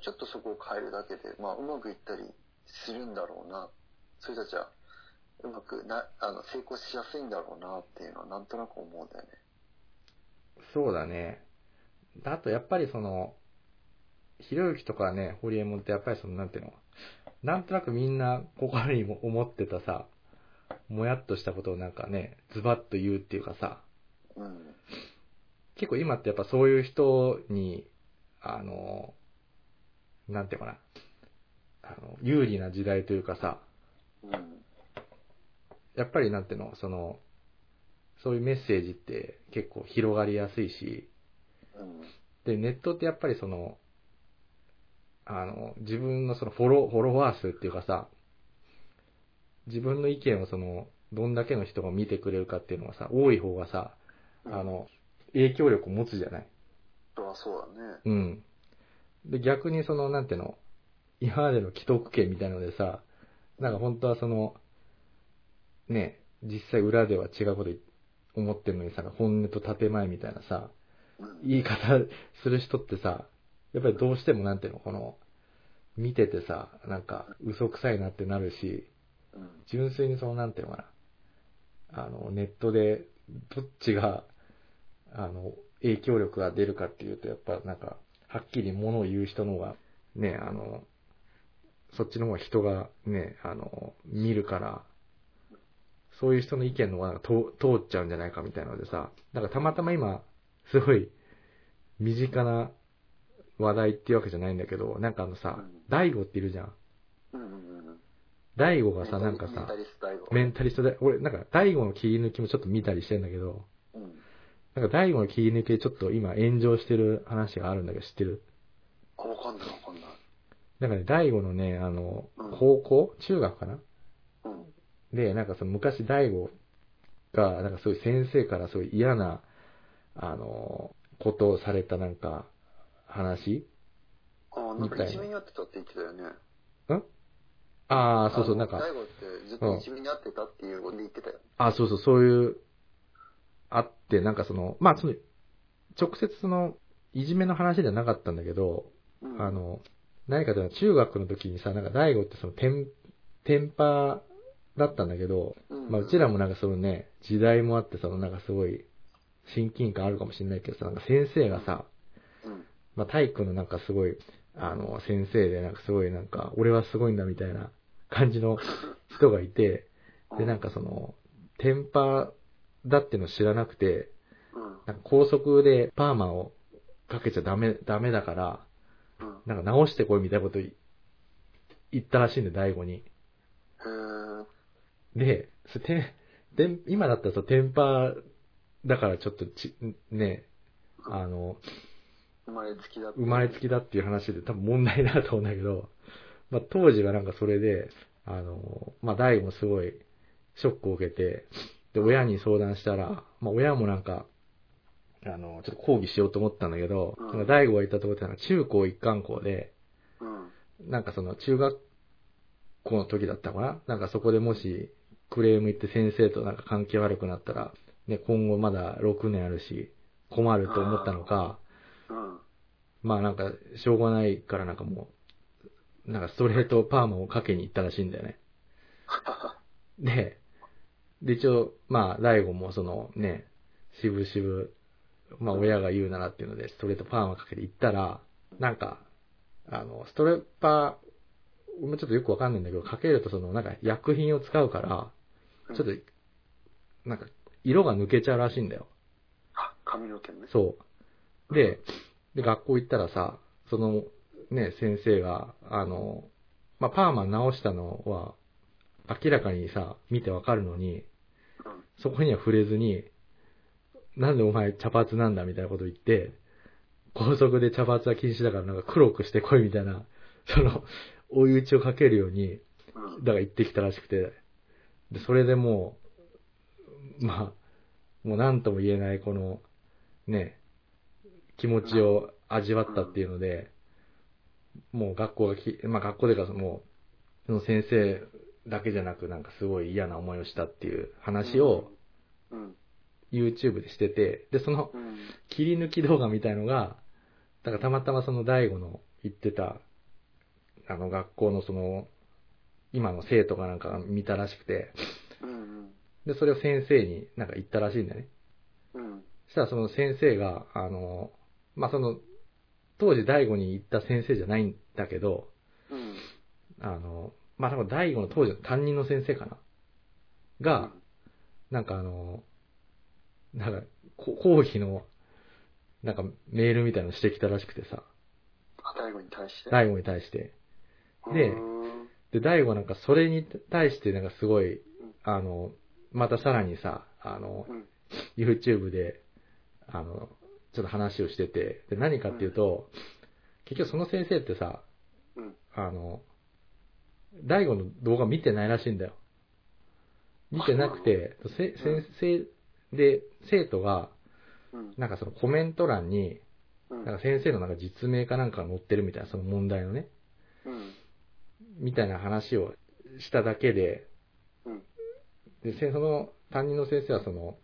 B: ちょっとそこを変えるだけで、まあ、うまくいったりするんだろうなそれたちはうまくなあの成功しやすいんだろうなっていうのはなんとなく思うんだよね。
C: そうだね。あと、やっぱりその、ひろゆきとかね、ホリエモンってやっぱりその、なんていうの、なんとなくみんな心にも思ってたさ、もやっとしたことをなんかね、ズバッと言うっていうかさ、
B: うん、
C: 結構今ってやっぱそういう人に、あの、なんていうのかな、あの、有利な時代というかさ、
B: うん。
C: やっぱりなんていうの、その、そういうメッセージって結構広がりやすいし、
B: うん。
C: で、ネットってやっぱりその、あの、自分のそのフォロー、フォロワー数っていうかさ、自分の意見をその、どんだけの人が見てくれるかっていうのがさ、多い方がさ、あ、の、影響力を持つじゃない
B: あそうだね。
C: うん。で、逆にその、なんていうの、今までの既得権みたいのでさ、なんか本当はその、ね、実際裏では違うこと思ってるのにさ、本音と建前みたいなさ、
B: うん。
C: 言い方する人ってさ、やっぱりどうしてもなんていうの、この、見ててさ、なんか嘘くさいなってなるし、
B: うん。
C: 純粋にその、なんていうのかな、あの、ネットでどっちが、あの、影響力が出るかっていうと、やっぱなんか、はっきり物を言う人の方が、ね、あの、そっちの方が人がね、あの、見るから、そういう人の意見の方がなんか通通っちゃうんじゃないかみたいなのでさ、なんかたまたま今、すごい、身近な話題っていうわけじゃないんだけど、なんかあのさ
B: うん、
C: 大悟っているじゃん。
B: うんうんうん。
C: 大悟がさ、なんかさ、
B: メンタリスト大悟
C: メンタリストで、俺、なんか、大悟の切り抜きもちょっと見たりしてんだけど、
B: うん。
C: なんか、大悟の切り抜きでちょっと今炎上してる話があるんだけど、知ってる
B: あ、わかんないわかんない。
C: なんかね、大悟のね、あの
B: うん、
C: 高校中学かな
B: うん。
C: で、なんかその昔大悟が、なんかそういう先生からそういう嫌な、あの、ことをされたなんか、話
B: あ、なん
C: みた
B: か
C: いない
B: じめにあってたって言ってたよね。
C: ああ、そうそ
B: の
C: う、なんか、
B: 大悟ってずっといじめにあってたっていうことで言ってたよ。
C: あ、そうそう、そういう、あって、なんかその、まあ、その、直接その、いじめの話ではなかったんだけど、
B: うん
C: あ、の、何かというのは中学の時にさ、なんか大悟ってそのテン、テンパーだったんだけど、まあうちら
B: も。
C: もなんかそのね、時代もあってそのなんかすごい親近感あるかもしれないけどさ、なんか先生がさ、
B: うん。
C: まあ体育のなんかすごい、あの、先生でなんかすごいなんか、俺はすごいんだみたいな感じの人がいて、でなんかその、テンパーだっての知らなくて、
B: うん。
C: なんか高速でパーマをかけちゃダメ、ダメだから、
B: うん。
C: なんか直してこいみたいなことい言ったらしいんで、大悟に。
B: へえ。
C: で、そてで今だったらさ、テンパーだからちょっとち、ね、あの、
B: 生まれつきだって
C: 生まれつきだっていう話で多分問題になると思うんだけど、まあ当時はなんかそれで、あの、まあ大悟もすごいショックを受けて、で、親に相談したら、まあ親もなんか、あの、ちょっと抗議しようと思ったんだけど、
B: うん
C: なんか大悟がいたところってなんか中高一貫校で、
B: うん。
C: なんかその中学校の時だったかななんかそこでもしクレーム行って先生となんか関係悪くなったら、ね、今後まだ6年あるし、困ると思ったのか、
B: うん。
C: まあなんか、しょうがないからなんかもう、なんかストレートパーマをかけに行ったらしいんだよ ね。で、で一応、まあ、大悟もそのね、しぶしぶ、まあ親が言うならっていうので、ストレートパーマかけて行ったら、なんか、あの、ストレッパー、俺もちょっとよくわかんないんだけど、かけるとその、なんか薬品を使うから、ちょっと
B: と。、
C: なんか、色が抜けちゃうらしいんだよ。
B: あ、髪の毛ね。
C: そう。で、で、学校行ったらさ、その、ね、先生が、あの、まあ、パーマ直したのは、明らかにさ、見てわかるの
B: う
C: に、
B: ん。
C: そこには触れずに、なんでお前茶髪なんだみたいなこと言って、高速で茶髪は禁止だからなんか黒くしてこいみたいな、その、追い打ちをかけるように、
B: うん。
C: だから行ってきたらしくて、で、それでもう、まあ、もう何とも言えないこの、ね、気持ちを味わったっていうので、もう学校がき、まあ学校でか、もう、その先生だけじゃなくなんかすごい嫌な思いをしたっていう話を
B: うん。
C: YouTube でしてて、で、その
B: うん。
C: 切り抜き動画みたいのが、だからたまたまその大悟の行ってた、あの学校のその、今の生徒かなんかが見たらしくて、
B: うん。
C: で、それを先生になんか言ったらしいんだよね。
B: うん。
C: そしたらその先生が、あの、まあ、その、当時大悟に行った先生じゃないんだけど、
B: うん。
C: あの、まあ、多分大悟の当時の担任の先生かな。が、なんかあの、なんか、こ講義の、なんかメールみたいなのしてきたらしくてさ、
B: あ、大悟に対して。
C: 大悟に対して。
B: うーん。
C: でで、大悟なんかそれに対してなんかすごい、あの、またさらにさ、あの、
B: うん
C: YouTube で、あの、ちょっと話をしてて、で、何かっていうと、結局その先生ってさ、
B: うん
C: あの、大悟の動画見てないらしいんだよ。見てなくて、せ
B: うん
C: 先生で、生徒が、
B: うん
C: なんかそのコメント欄に、
B: うん
C: なんか先生のなんか実名かなんかが載ってるみたいな、その問題のね、
B: うん
C: みたいな話をしただけで、
B: うん
C: で、せその担任の先生はその、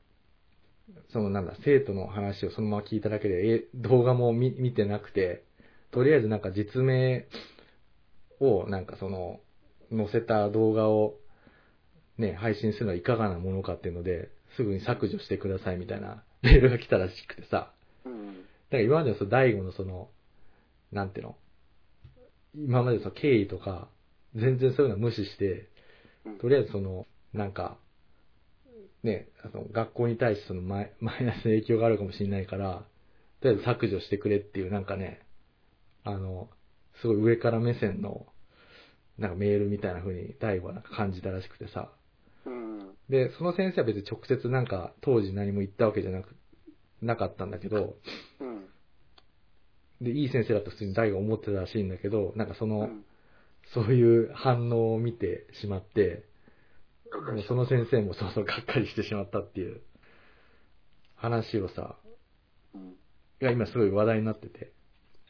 C: そのなんだ、生徒の話をそのまま聞いただけで、え、動画も見見てなくて、とりあえずなんか実名をなんかその、載せた動画をね、配信するのはいかがなものかっていうので、すぐに削除してくださいみたいな メールが来たらしくてさ、
B: うん
C: だから今までのその大悟のその、なんていうの今までのその経緯とか、全然そういうのは無視して
B: うん、
C: とりあえずその、なんか、ね、あの学校に対してそのマイ マイナスの影響があるかもしれないから、とりあえず削除してくれっていうなんかね、あの、すごい上から目線の、なんかメールみたいな風に大悟はなんか感じたらしくてさ。
B: うん
C: で、その先生は別に直接なんか当時何も言ったわけじゃなく、なかったんだけど、
B: うん
C: で、いい先生だと普通に大が思ってたらしいんだけど、なんかその、
B: うん
C: そういう反応を見てしまって、もうその先生もそうそうがっかりしてしまったっていう話をさ、
B: うん
C: が今すごい話題になってて、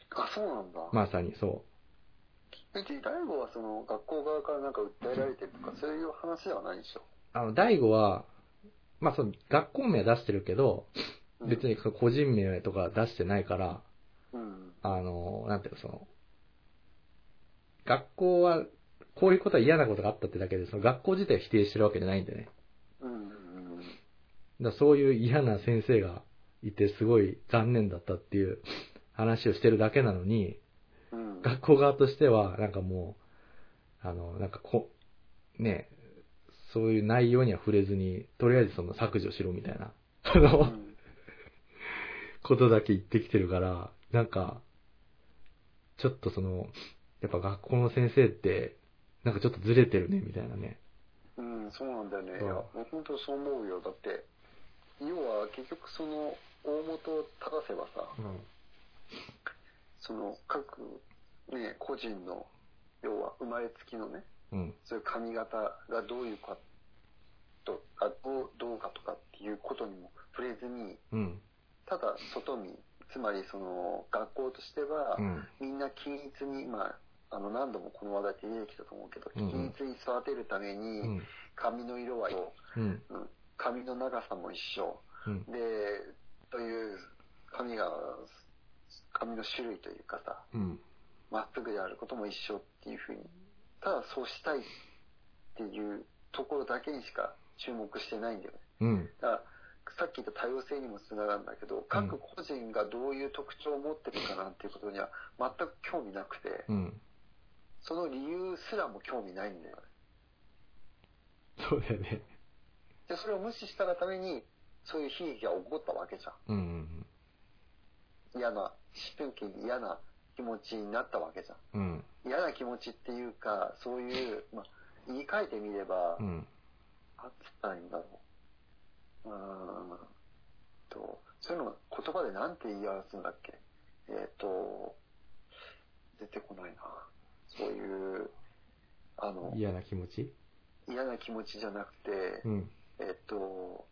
B: あそうなんだ、
C: まさにそ
B: 別に大悟はその学校側からなんか訴えられてるとかそういう話ではないでしょ、
C: う。あの、大悟は、まあその学校名は出してるけど、
B: うん、
C: 別にその個人名とか出してないから、
B: うん
C: あの、なんていうの、その、学校は、こういうことは嫌なことがあったってだけで、その学校自体を否定してるわけじゃないんだよね。
B: うんうん
C: だからそういう嫌な先生がいてすごい残念だったっていう話をしてるだけなのに、
B: うん
C: 学校側としてはなんかもう、あの、なんかこ、ね、そういう内容には触れずに、とりあえずその削除しろみたいな、あ
B: う
C: の、
B: ん
C: ことだけ言ってきてるから、なんか、ちょっとその、やっぱ学校の先生って、なんかちょっとずれてるね、みたいなね。
B: うん、そうなんだよね。い
C: そう
B: や、もう本当そう思うよ。だって、要は結局その大元を正せばさ、その各ね、個人の、要は生まれつきのね、
C: うん。うん。
B: そういう髪型がどういうかと、あどうどうかとかっていうことにも触れずに、
C: うん。
B: ただ外見、つまりその学校としては、
C: うん。
B: みんな均一に、まあ、あの何度もこの話題って出てきたと思うけど、
C: うんうん
B: 均一に育てるために、
C: うん。
B: 髪の色は、
C: うん。
B: うん髪の長さも一緒
C: うん。
B: でという髪が髪の種類というかさ
C: うん。
B: まっすぐであることも一緒っていうふうにただそうしたいっていうところだけにしか注目してないんだよね
C: うん。
B: だからさっき言った多様性にもつながるんだけど各個人がどういう特徴を持ってるかなんていうことには全く興味なくて
C: うん。
B: その理由すらも興味ないんだよね
C: そうだよね。
B: でそれを無視したがためにそういう悲劇が起こったわけじゃん
C: うんうん
B: 嫌な思春期に嫌な気持ちになったわけじゃ
C: うん。うん。
B: ん嫌な気持ちっていうかそういう、まあ、言い換えてみれば
C: うん。
B: 何つったらいいんだろううーんとそういうの言葉で何て言い表すんだっけえっ、と出てこないなそういうあの
C: 嫌な気持ち
B: 嫌な気持ちじゃなくて、
C: うん。
B: えっと、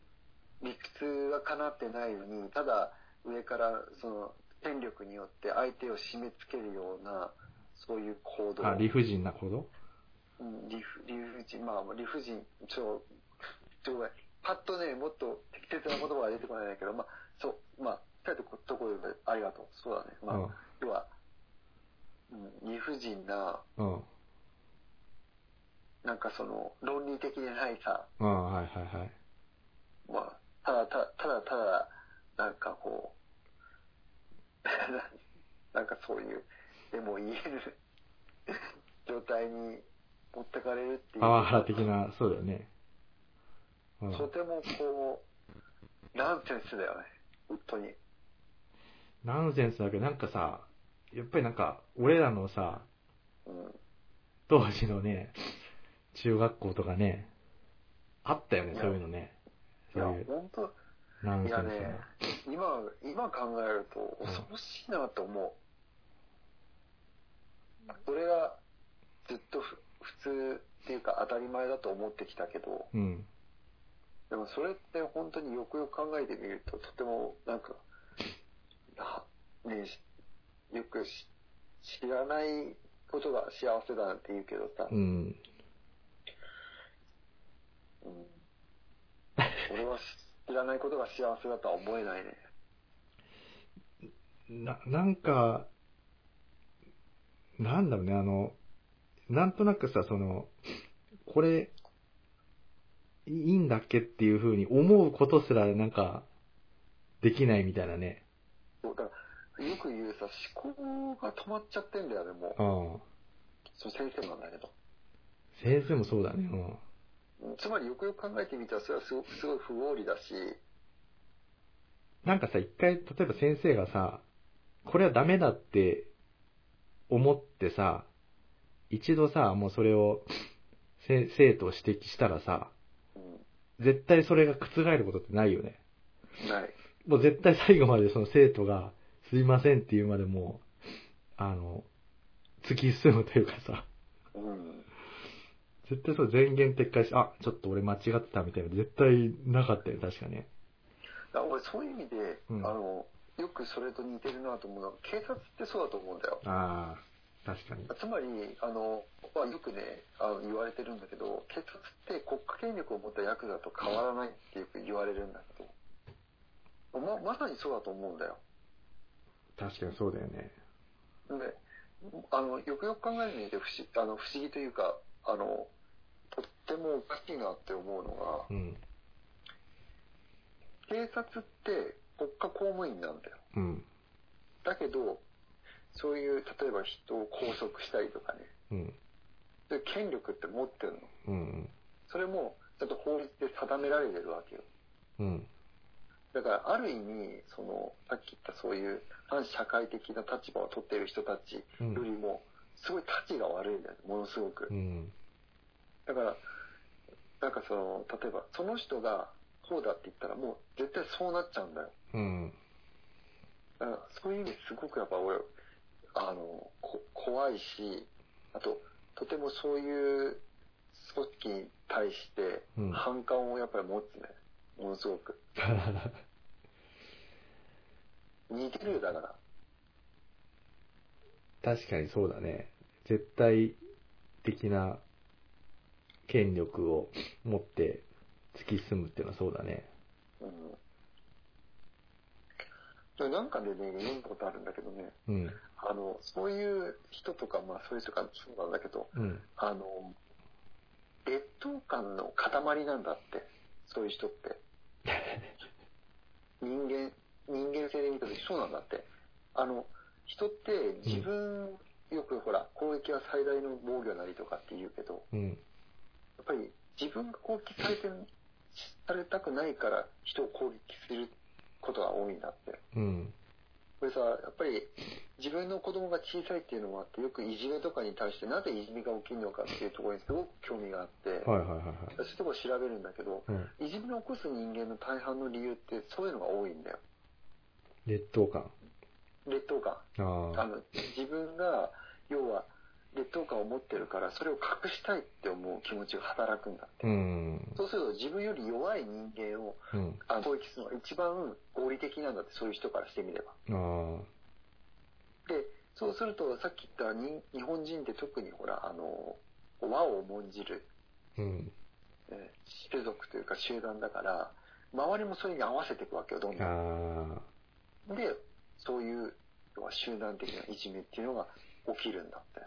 B: 理屈がかなってないのに、ただ上からその権力によって相手を締め付けるような、そういう行動。
C: あ、理不尽な行動
B: うん理不理不尽、まあ理不尽、ちょ、ちょ、パッとね、もっと適切な言葉が出てこないんだけど、まあ、そう、まあ、とりあえずこところでありがとう。そうだね。まあ、要は、うん、理不尽な、
C: うん。うん。
B: なんかその、論理的でないさ、
C: うん。はいはいはい。
B: まあ、ただただ、ただただ、なんかこう、 なんかそういう、でも言える 状態に持ってかれるっていう。
C: パワハラ的な、そうだよね。うん。
B: とてもこう、ナンセンスだよね。本当に。
C: ナンセンスだけど、なんかさ、やっぱりなんか、俺らのさ、
B: うん。
C: 当時のね、中学校とかね、あったよね、そういうのね。
B: い
C: そ
B: や
C: ういう、
B: 本当
C: ナン
B: い
C: セ
B: や
C: ンスな。
B: ね今今考えると恐ろしいなと思う、それがずっとふ普通っていうか当たり前だと思ってきたけど
C: うん。
B: でもそれって本当によくよく考えてみるととてもなんかなねしよくし知らないことが幸せだなんて言うけどさ、
C: うん。
B: うん俺は知らないことが幸せだとは思えないね
C: な、なんか、なんだろうね、あの、なんとなくさ、その、これ、いいいんだっけっていう風に思うことすらなんか、できないみたいなね。
B: そうだからよく言うさ思考が止まっちゃってんだよねもう
C: うん。
B: その先生なんだけど。
C: 先生もそうだね。うん。
B: つまりよくよく考えてみたら、それはすごくすごい不合理だし、
C: なんかさ、一回、例えば先生がさ、これはダメだって思ってさ、一度さ、もうそれを、せ生徒を指摘したらさ、
B: うん、
C: 絶対それが覆ることってないよね。
B: ない。
C: もう絶対最後までその生徒が、すいませんって言うまでもう、あの、突き進むというかさ、
B: うん。
C: 絶対そう全言撤回し、あ、ちょっと俺間違ってたみたいな、絶対なかったよ、確かね。
B: だ俺、そういう意味で、
C: うん
B: あの、よくそれと似てるなと思うのは、警察ってそうだと思うんだよ。
C: ああ、確かに。
B: つまり、あの、まあ、よくねあの、言われてるんだけど、警察って国家権力を持ったヤクザと変わらないってよく言われるんだけど、ま、まさにそうだと思うんだよ。
C: 確かにそうだよね。
B: で、あの、よくよく考えてみて不思あの不思議というか、あの、とってもおかしいなって思うのが、
C: うん。
B: 警察って国家公務員なんだよ。
C: うん。
B: だけど、そういう、例えば人を拘束したりとかね、
C: うん。
B: そういう権力って持ってるの。
C: うん。
B: それも、ちゃんと法律で定められてるわけよ。
C: うん。
B: だから、ある意味、その、さっき言ったそういう反社会的な立場を取ってる人たちよ
C: うん。
B: りも、すごい立ちが悪いんだよね、ものすごく
C: う。ん。
B: だから、なんかその、例えば、その人が、こうだって言ったら、もう絶対そうなっちゃうんだよ。
C: うん。
B: だからそういう意味すごくやっぱ俺あのこ怖いしあととてもそういう組織に対して
C: うん
B: 反感をやっぱり持つね、ものすごく似てるよだから
C: 確かにそうだね。絶対的な権力を持って突き進むっていうのはそうだね。
B: うんでもなんかでね読んだことあるんだけどね
C: うん。
B: あのそういう人とかまあそういう人かそうなんだけど
C: うん。
B: あの劣等感の塊なんだってそういう人って人間、人間性で見たときそうなんだって。あの、人って自分、よくほら、攻撃は最大の防御なりとかって言うけど、
C: うん。
B: やっぱり自分が攻撃されてる、されたくないから人を攻撃することが多いんだって。
C: うん。
B: これさ、やっぱり自分の子供が小さいっていうのもあって、よくいじめとかに対してなぜいじめが起きるのかっていうところにすごく興味があって、
C: はいはいはい
B: そういうところを調べるんだけど、
C: はい。うん。
B: いじめを起こす人間の大半の理由ってそういうのが多いんだよ。
C: 劣等感。
B: 劣等感。あ
C: あ
B: の自分が要は劣等感を持ってるからそれを隠したいって思う気持ちが働くんだ
C: あ。うん。
B: そうすると自分より弱い人間を
C: うん。
B: あの攻撃するのが一番合理的なんだってそういう人からしてみれば
C: ああ。
B: でそうするとさっき言ったに日本人って特にほらあの和を重んじる、
C: うん。
B: えー種族というか集団だから周りもそれに合わせていくわけよどんどん
C: ああ。
B: でそういう要は集団的ないじめっていうのが起きるんだって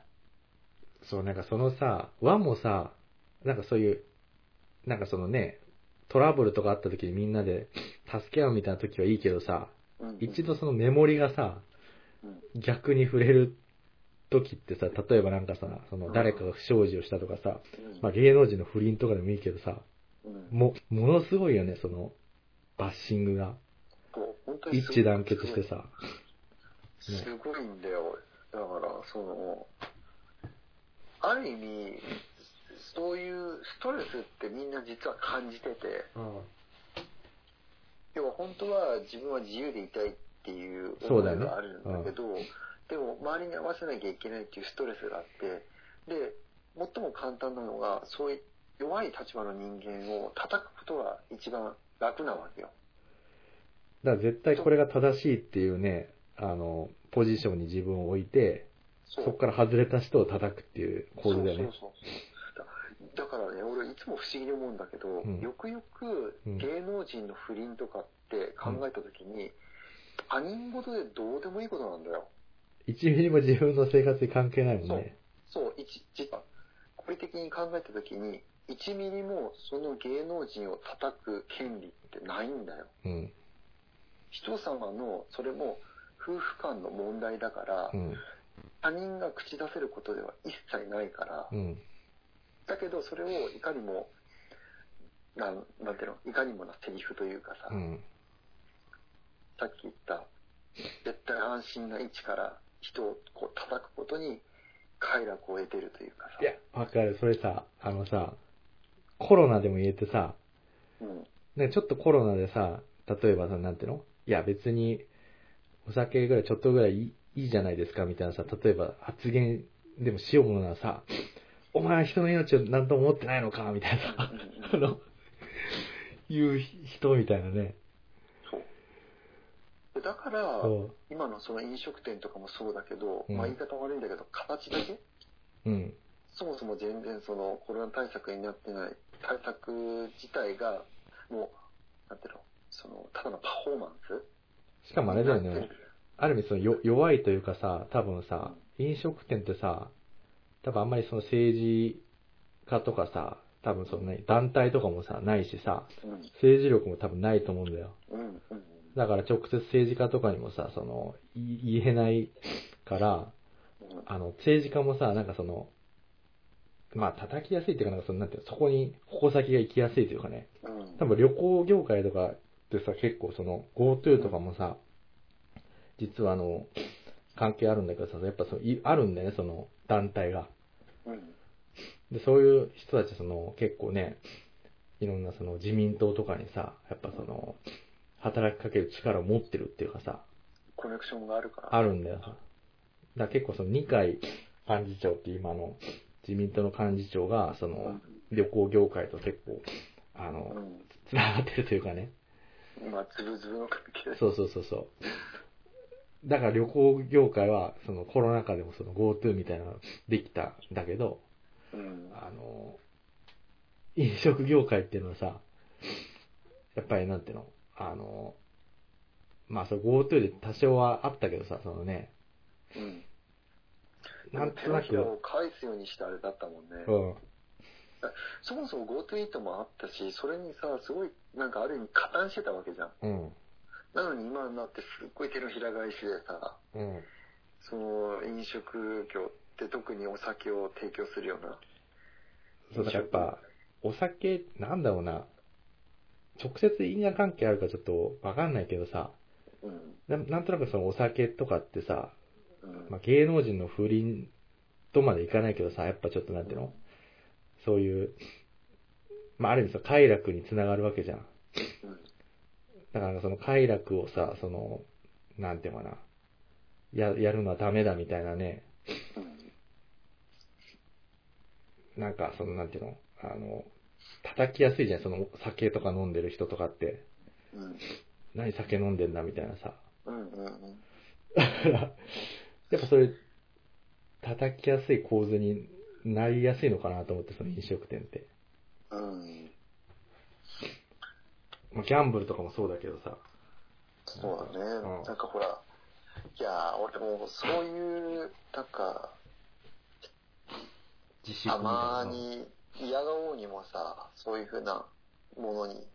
C: そう、なんかそのさ、和もさ、なんかそういう、なんかそのね、トラブルとかあった時にみんなで助け合うみたいな時はいいけどさ、
B: うんうん
C: 一度そのメモリがさ、逆に触れる時ってさ、例えばなんかさ、その誰かが不祥事をしたとかさ、
B: うん
C: まあ芸能人の不倫とかでもいいけどさ、
B: うん
C: も、ものすごいよね、その、バッシングが。
B: こう本当にすごい
C: 一致団結してさ。
B: すごいんだよ。だから、その、ある意味、そういうストレスってみんな実は感じてて、
A: うん。
B: 要は本当は自分は自由でいたいっていう
C: そう
B: 思
C: だ
B: い
C: よね
B: があるんだけど、でも周りに合わせなきゃいけないっていうストレスがあって、で、最も簡単なのが、そういう弱い立場の人間を叩くことが一番楽なわけよ。
C: だから絶対これが正しいっていうね、あの、ポジションに自分を置いて、
B: そ
C: そうこから外れた人を叩くっていう構図だよ
B: そ
C: ね。
B: うそうそうだだからね俺いつも不思議に思うんだけど、
C: うん
B: よくよく
C: うん
B: 芸能人の不倫とかって考えた時に、他人事でどうでもいいことなんだよ
C: 1ミリも自分の生活に関係ないもんね。
B: そう一実はこれ的に考えた時に1ミリもその芸能人を叩く権利ってないんだよ
C: うん。
B: 人様のそれも夫婦間の問題だから、
C: うん。
B: 他人が口出せることでは一切ないから、
C: うん。
B: だけどそれをいかにもなんなんていうのいかにもなセリフというかさ、
C: うん。
B: さっき言った絶対安心な位置から人をこう叩くことに快楽を得てるというかさ
C: いや、わかる。それさ、あのさ、コロナでも言えてさ、
B: うん
C: ね、ちょっとコロナでさ、例えばさ、なんていうのいや、別に、お酒ぐらい、ちょっとぐらいいいいいじゃないですか、みたいなさ、例えば発言でもしようものならさ、お前は人の命を何とも思ってないのか、みたいなさ、
B: うん
C: あ
B: うんうん
C: の、言う人みたいなね。
B: そうでだから
C: そ
B: 今のその飲食店とかもそうだけど、
C: うん
B: まあ、言い方悪いんだけど形だけ
C: う。うん。
B: そもそも全然そのコロナ対策になってない対策自体がもうなんていうのそのただのパフォーマンス
C: しかもあれだよ
B: になって
C: ね
B: る。
C: ある意味そのよ弱いというかさ、多分さ、飲食店ってさ、多分あんまりその政治家とかさ、多分そのね、団体とかもさ、ないしさ、
B: うん
C: 政治力も多分ないと思うんだよ。
B: うんうん
C: だから直接政治家とかにもさ、その、い言えないから、
B: うん
C: あの、政治家もさ、なんかその、まあ叩きやすいっていうか、なんかその、なんていうのそこに矛先が行きやすいというかね、
B: うん
C: 多分旅行業界とかってさ、結構その GoTo とかもさ、実はあの、関係あるんだけどさ、やっぱその、いあるんだよね、その団体が。
B: うん
C: で、そういう人たちその、結構ね、いろんなその自民党とかにさ、やっぱその、働きかける力を持ってるっていうかさ、
B: コネクションがあるから。
C: あるんだよさ。だから結構その二階幹事長って今の自民党の幹事長が、その、旅行業界と結構、あ
B: う
C: の、
B: ん。
C: つながってるというかね。
B: まあ、つぶつぶの関係で。
C: そうそうそうそう。だから旅行業界は、そのコロナ禍でもその GoTo みたいなのができたんだけど、
B: うん。
C: あの、飲食業界っていうのはさ、やっぱりなんていうの、あの、まあそう GoTo で多少はあったけどさ、そのね、
B: うん。
C: なん
B: 手
C: と
B: の
C: な
B: ひら
C: く、
B: を返すようにしてあれだったもんね。
C: うん、
B: そもそも GoTo イートもあったし、それにさ、すごい、なんかある意味加担してたわけじゃん。
C: うん、
B: なのに今になってすっごい手のひら返しでさ、
C: うん。
B: その飲食業って特にお酒を提供するような。
C: そうだからやっぱ、お酒、なんだろうな、直接因果関係あるかちょっとわかんないけどさ、
B: うん。
C: ななんとなくそのお酒とかってさ、
B: うん。
C: まあ、芸能人の不倫とまでいかないけどさ、やっぱちょっとなんていうのそういう、まあ、ある意味その快楽につながるわけじゃん。
B: うん
C: だからその快楽をさ、その、なんていうのかな、や、やるのはダメだみたいなね、
B: うん。
C: なんかそのなんていうのあの、叩きやすいじゃん、その酒とか飲んでる人とかって。
B: うん。
C: 何酒飲んでんだみたいなさ。
B: うん。うん。
C: やっぱそれ、叩きやすい構図になりやすいのかなと思って、その飲食店って。
B: うん。
C: まあ、ギャンブルとかもそうだけどさ。
B: そうだね、
C: うん
B: なんかほら、いやー、俺もうそういう、なんか、
C: 自粛
B: た
C: みたいな
B: ま。に嫌がおうにもさ、そういうふうなものに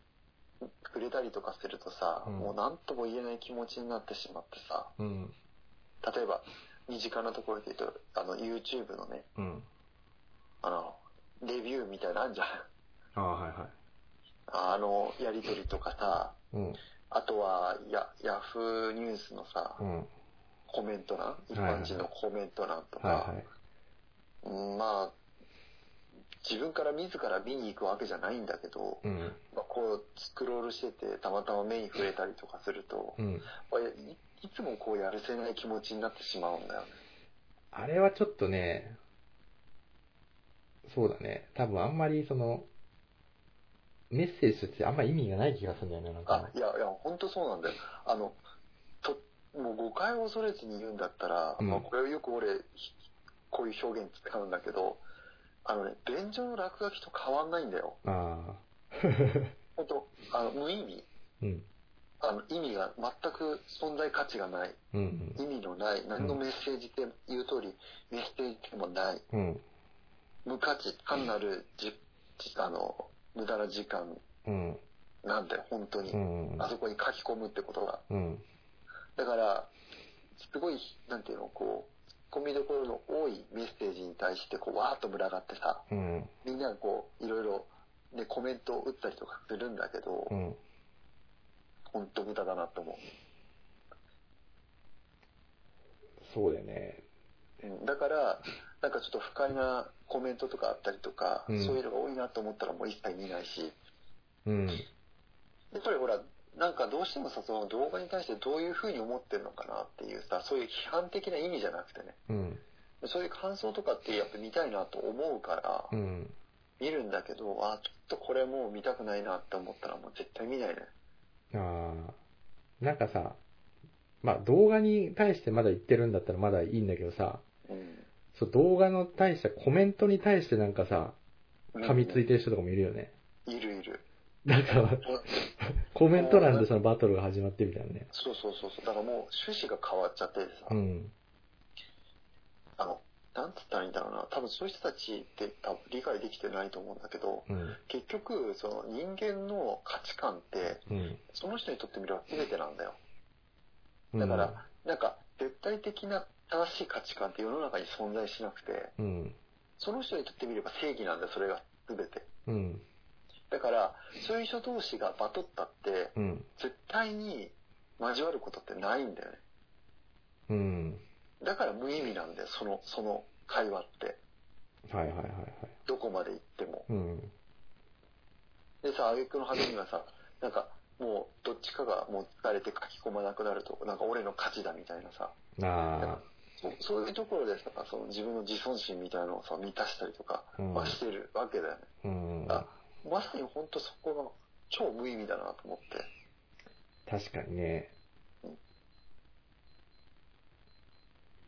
B: 触れたりとかするとさ、
C: うん
B: もう何とも言えない気持ちになってしまってさ、
C: うん。
B: 例えば、身近なところで言うと、あの、YouTube のね、
C: うん。
B: あの、レビューみたいなのあんじゃん。
C: ああ、はいは
B: あの、やりとりとかさ、
C: い。うん。
B: あとは、や、ヤフーニュースのさ、
C: うん。は
B: コメント欄、一
C: いはい
B: 般人のコメント欄と
C: い
B: か、
C: はい。
B: うんまあ、自分から自ら見に行くわけじゃないんだけど、
C: うん。
B: まあ、こうスクロールしててたまたま目に触れたりとかすると、
C: うん。
B: まあいいつもこうやるせない気持ちになってしまうんだよね。
C: あれはちょっとね、そうだね。多分あんまりその、メッセージとしてあんまり意味がない気がするんだよね、なん
B: あ
C: か。
B: いやいや本当そうなんだよあのともう誤解を恐れずに言うんだったら、
C: うん
B: まあ、これをよく俺ひこういう表現使うんだけどあのね便所の落書きと変わんないんだよ
C: あ
B: 本当あの無意味
C: あ。うん。
B: あの意味が全く存在価値がない
C: うん
B: 意味のない何のメッセージって言う通りメッセージでもない
C: うん。うん。
B: 無価値単なるじじあの無駄な時間
C: うん。
B: なんだよ本当に、
C: うん。
B: あそこに書き込むってことが
C: うん。
B: だから、すごい、なんていうの、こう、コンビどころの多いメッセージに対して、こう、わーっと群がってさ、
C: うん。
B: みんながこう、いろいろ、ね、コメントを打ったりとかするんだけど
C: う、ん。
B: ほんと無駄だなと思
C: そうだよね。
B: う。うん、だから、なんかちょっと不快なコメントとかあったりとか、
C: うん
B: そういうのが多いなと思ったらもう一切見ないし、
C: うん。
B: やっぱりほら、なんかどうしてもさ、その動画に対してどういうふうに思ってるのかなっていうさ、そういう批判的な意味じゃなくてね、
C: うん。
B: そういう感想とかってやっぱ見たいなと思うから、
C: うん。
B: 見るんだけど、あ、ちょっとこれもう見たくないなって思ったらもう絶対見ないね。
C: ああ。なんかさ、まあ動画に対してまだ言ってるんだったらまだいいんだけどさ、
B: う
C: そう動画の対してコメントに対してなんかさ、
B: ん。
C: 噛みついてる人とかもいるよね。
B: いるいる。
C: なんか、
B: うん
C: コメント欄でそのバトルが始まってみたいなね。
B: そうそうそうそう。だからもう趣旨が変わっちゃってさ、
C: うん。
B: あの、なんつったらいいんだろうな。多分そういう人たちって多分理解できてないと思うんだけど、
C: うん。
B: 結局、その人間の価値観って、
C: うん。
B: その人にとってみれば全てなんだよ。
C: うん
B: だから、なんか絶対的な正しい価値観って世の中に存在しなくて、
C: うん。
B: その人にとってみれば正義なんだよ、それが全て。
C: うん。
B: だから、そういう人同士がバトったって、
C: うん。
B: 絶対に交わることってないんだよね。
C: うん。
B: だから無意味なんだよ、その、その会話って。
C: はいはいはいはい。
B: どこまで行っても。
C: うん。
B: でさ、挙句の果てにはさ、なんか、もう、どっちかがもう疲れて書き込まなくなると、なんか俺の勝ちだみたいなさ、
C: あ
B: そそういうところでさ、その自分の自尊心みたいなのをさ、満たしたりとか
C: あ。うん
B: は。してるわけだよね。
C: うん。
B: あまさにほんとそこが超無意味だなと思って。
C: 確かにね。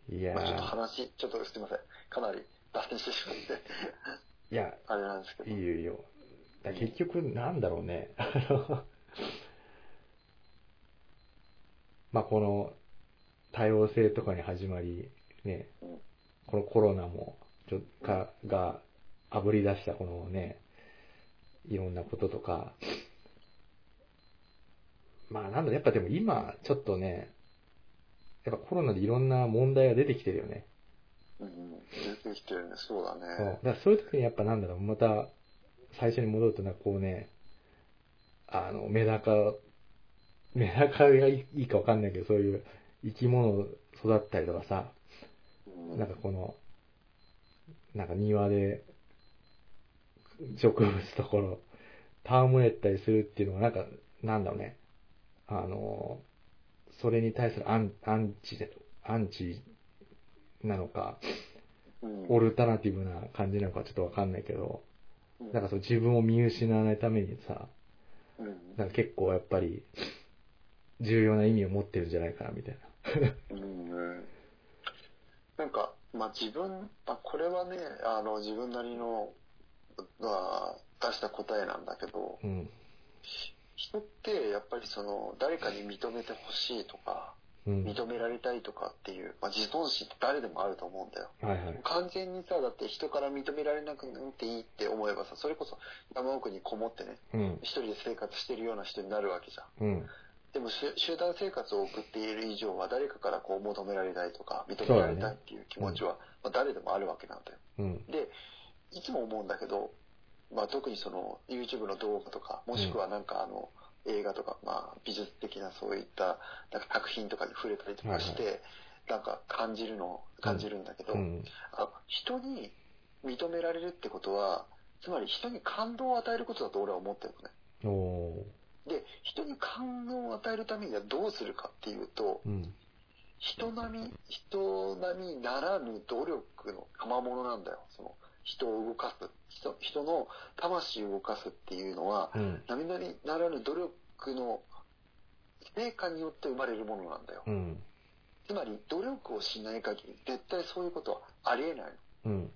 C: いや
B: まあ、ちょっと
C: ー
B: 話、ちょっとすいません。かなり脱線してしま って、
C: いや、
B: あれなんですけど
C: い。いよいいよ。だから結局、なんだろうね。あのまあ、この多様性とかに始まり、ね
B: うん、
C: このコロナも、ちょかが、あぶり出したこのね、いろんなこととか、まあ、なんだろう、やっぱでも今、ちょっとね、やっぱコロナでいろんな問題が出てきてるよね。
B: うん、出てきてるね、そうだ
C: そう
B: ね。
C: だからそういう時にやっぱなんだろう、また最初に戻るとなんかこうね、あの、メダカ、メダカがいいいかわかんないけど、そういう生き物を育ったりとかさ、
B: うん、
C: なんかこの、なんか庭で植物ところ、戯れたりするっていうのがなんか、なんだろうね、あの、それに対するアンアンチで、アンチなのか、
B: うん、
C: オルタナティブな感じなのかちょっとわかんないけど、
B: うん、
C: なんかそう自分を見失わないためにさ、
B: うん、
C: なんか結構やっぱり重要な意味を持ってるんじゃないかなみたい
B: うん、なんか、まあ自分、まあこれはね、あの、自分なりの、まあ、出した答えなんだけど、
C: な。うん。
B: 人ってやっぱりその、誰かに認めてほしいとか、
C: うん。
B: 認められたいとかっていう、まあ自尊心って誰でもあると思うんだよ。
C: はいはい。
B: 完全にさ、だって人から認められなくなっていいって思えばさ、それこそ山奥にこもってね、
C: うん。
B: 一人で生活してるような人になるわけじゃん。
C: うん。
B: でも集集団生活を送っている以上は誰かからこう求められたいとか認められたいっていう気持ちは、まあ、誰でもあるわけなんだよ。
C: うん。
B: で、いつも思うんだけど、まあ、特にその YouTube の動画とか、もしくはなんかあの、映画とか、まあ、美術的なそういったなんか作品とかに触れたりとかして、なんか感じるの、感じるんだけど、
C: うん。
B: あの人に認められるってことはつまり人に感動を与えることだと俺は思ってるのね。
C: おお
B: で、人に感動を与えるためにはどうするかっていうと、
C: ー。うん。
B: 人並み、人並みならぬ努力の賜物なんだよ。その、人を動かす。人、人の魂を動かすっていうのは、
C: うん。
B: 並々ならぬ努力の成果によって生まれるものなんだよ。
C: うん。
B: つまり、努力をしない限り、絶対そういうことはありえないの。
C: うん。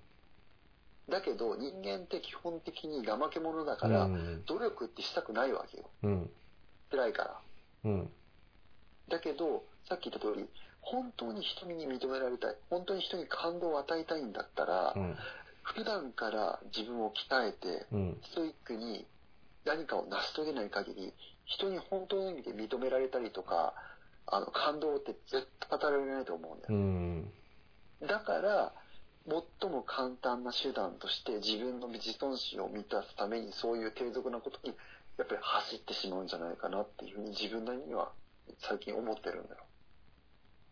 B: だけど、人間って基本的に怠け者だ
C: う
B: から、
C: ん。
B: 努力ってしたくないわけよ。
C: うん。
B: 辛いから。
C: うん。
B: だけど、さっき言った通り、本当に人に認められたい。本当に人に感動を与えたいんだったら、
C: うん。
B: 普段から自分を鍛えて、
C: うん。
B: ストイックに何かを成し遂げない限り、人に本当の意味で認められたりとか、あの、感動って絶対語られないと思うんだよ。
C: うん。
B: だから、最も簡単な手段として自分の自尊心を満たすためにそういう低俗なことにやっぱり走ってしまうんじゃないかなっていうふうに自分なりには最近思ってるんだよ。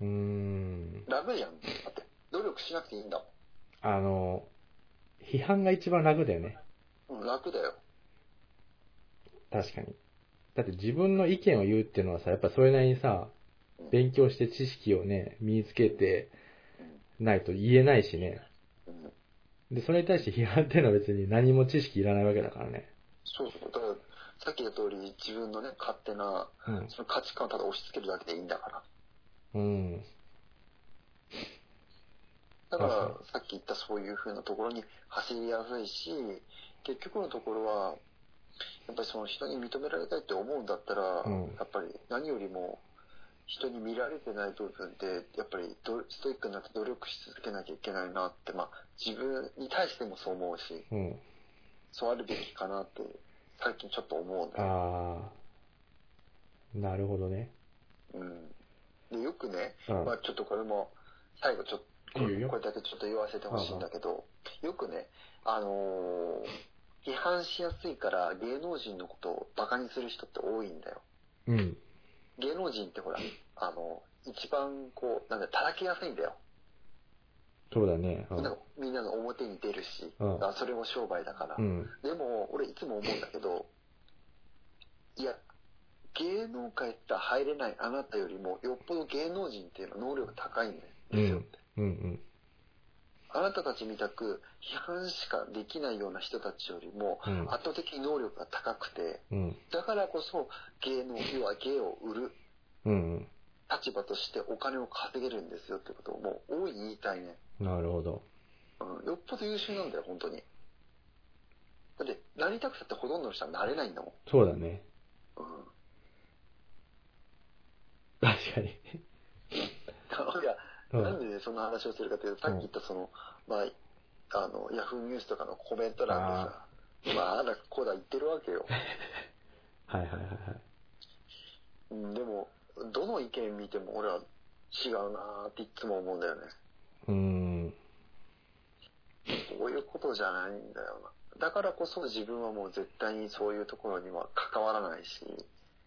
C: うん。
B: 楽じゃん。だって、努力しなくていいんだ
C: あの、批判が一番楽だよね。
B: もん。うん、楽だよ。
C: 確かに。だって自分の意見を言うっていうのはさ、やっぱそれなりにさ、勉強して知識をね、身につけてないと言えないしね。
B: うん、
C: で、それに対して批判っていうのは別に何も知識いらないわけだからね。
B: そうそう。だから、さっき言った通り、自分のね、勝手な、
C: うん。
B: その価値観をただ押し付けるだけでいいんだから。
C: うん。
B: だから
C: 確か、
B: さっき言ったそういう風なところに走りやすいし、結局のところは、やっぱりその人に認められたいって思うんだったら、
C: うん
B: やっぱり何よりも、人に見られてない部分って、やっぱりどストイックになって努力し続けなきゃいけないなって、まあ自分に対してもそう思うし、
C: うん。
B: そうあるべきかなって、最近ちょっと思うんだよ。
C: あー。なるほどね。
B: うん。で、よくね、
C: うん
B: まあちょっとこれも、最後ちょっと、こ
C: いいよいい
B: れ
C: よ
B: これだけちょっと言わせてほしいんだけど、よくね、あのー批判しやすいから芸能人のことをバカにする人って多いんだよ。
C: うん。
B: 芸能人ってほら、あの一番こう、なんだ、たらけやすいんだよ。
C: そうだね。う
B: なん
C: ん
B: かみんなの表に出るし、
C: うん
B: あそれも商売だから。
C: うん。
B: でも、俺いつも思うんだけど、いや、芸能界って入れないあなたよりも、よっぽど芸能人っていうのは能力高いん
C: う
B: ですよ。
C: ん。うん。
B: あなたたちみたく批判しかできないような人たちよりも
C: うん
B: 圧倒的に能力が高くて、
C: うん。
B: だからこそ芸能、要は芸を売る
C: うん。
B: 立場としてお金を稼げるんですよってことをもう大いに言いたいね。
C: なるほど。
B: うん、よっぽど優秀なんだよ、本当に。だって、なりたくたってほとんどの人はなれないんだも
C: そうだね。
B: ん。うん。
C: 確かに。
B: だから、
C: う
B: なん
C: ん。
B: でねそんな話をするかというと、さっき言ったその、まあ、あの、ヤフーニュースとかのコメント欄でさ、まあ、あらこうだ言ってるわけよ。
C: はいはいはいはい。
B: うん、でも、どの意見見ても俺は違うなーっていつも思うんだよね。
C: うーん。
B: こういうことじゃないんだよな。だからこそ自分はもう絶対にそういうところには関わらないし、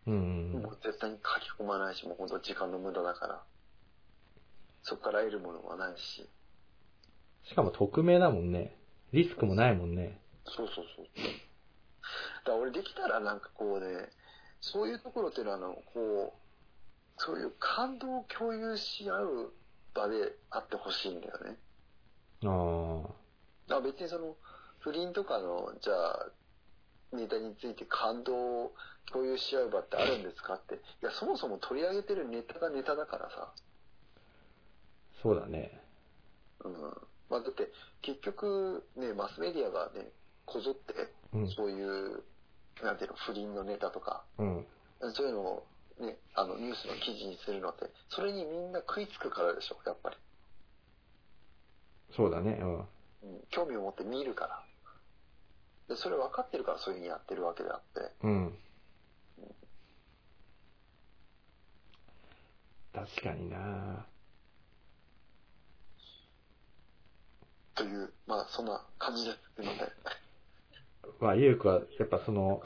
C: うん
B: もう絶対に書き込まないし、もう本当時間の無駄だから。そこから得るものはないし。
C: しかも匿名だもんね。リスクもないもんね。
B: そうそうそう。だから俺できたらなんかこうね、そういうところっていうのはあの、こう、そういう感動を共有し合う場であってほしいんだよね。
C: ああ。
B: あ別にその不倫とかのじゃあネタについて感動を共有し合う場ってあるんですかっていやそもそも取り上げてるネタがネタだからさ、
C: そうだね。
B: うんまあ、だって結局ねマスメディアがねこぞって
C: うん。
B: そういう、なんていうの不倫のネタとか
C: うん。
B: そういうのをねあのニュースの記事にするのってそれにみんな食いつくからでしょやっぱり、
C: そうだね。うん。
B: うん、興味を持って見るからでそれ分かってるからそういうふうにやってるわけであって
C: うん。確かにな
B: という、まあそんな感じです。すいません。
C: まあ、ゆうくは、やっぱその、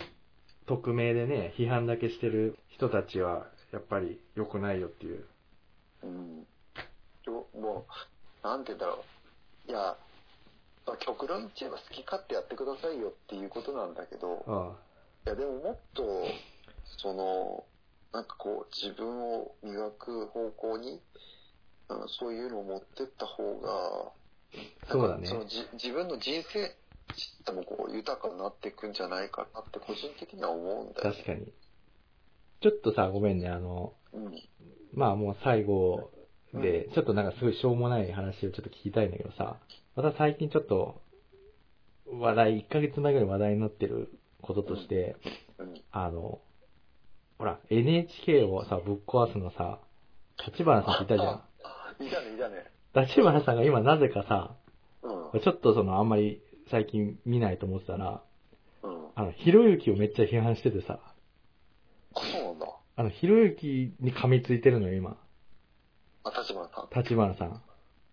C: 匿名でね、批判だけしてる人たちは、やっぱり良くないよっていう。
B: うん。よもう、なんて言うんだろう。いや、まあ、極論言っちゃえば好き勝手やってくださいよっていうことなんだけど、
C: あ
B: いやでももっと、その、なんかこう、自分を磨く方向に、うん、そういうのを持ってった方が、
C: そうだ
B: な
C: ね
B: んかそのじ自分の人生自体もこう豊かになっていくんじゃないかなって個人的には思うん
C: あ、
B: だよ。
C: 確かに。ちょっとさ、ごめんね、あの、
B: うん。
C: まあもう最後で、ちょっとなんかすごいしょうもない話をちょっと聞きたいんだけどさ、また最近ちょっと、話題、1ヶ月前ぐらい話題になってることとして、
B: うん。
C: あの、ほら、NHK をさ、ぶっ壊すのさ、立花さんいた じゃん。
B: いいだね、いいだね。
C: 立花さんが今なぜかさ、
B: うん。
C: ちょっとそのあんまり最近見ないと思ってたら、
B: うん。
C: あの、ひろゆきをめっちゃ批判しててさ、
B: あ、そうなんだ。
C: あの、ひろゆきに噛みついてるのよ、今。
B: あ、立花さん。
C: 立花さん。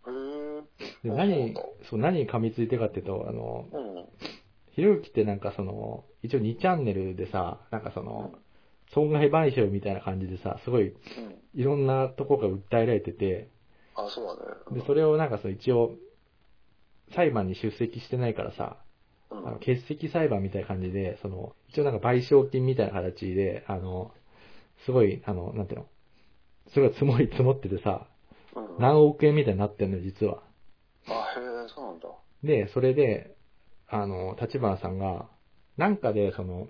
B: へー
C: で、
B: あそ
C: 何
B: うなんだ、
C: そう、何に噛みついてかっていうと、あの、
B: うん。
C: ひろゆきってなんかその、一応2チャンネルでさ、なんかその、損害賠償みたいな感じでさ、すごい、
B: うん。
C: いろんなとこが訴えられてて、
B: あ、そうだね。
C: で、それをなんかその一応、裁判に出席してないからさ、
B: うん。
C: あの欠席裁判みたいな感じで、その、一応なんか賠償金みたいな形で、あの、すごい、あの、なんていうの、それが積もり積もっててさ、
B: うん。あ、
C: 何億円みたいになってんのよ、実は。
B: へえ、そうなんだ。
C: で、それで、あの、立花さんが、なんかで、その、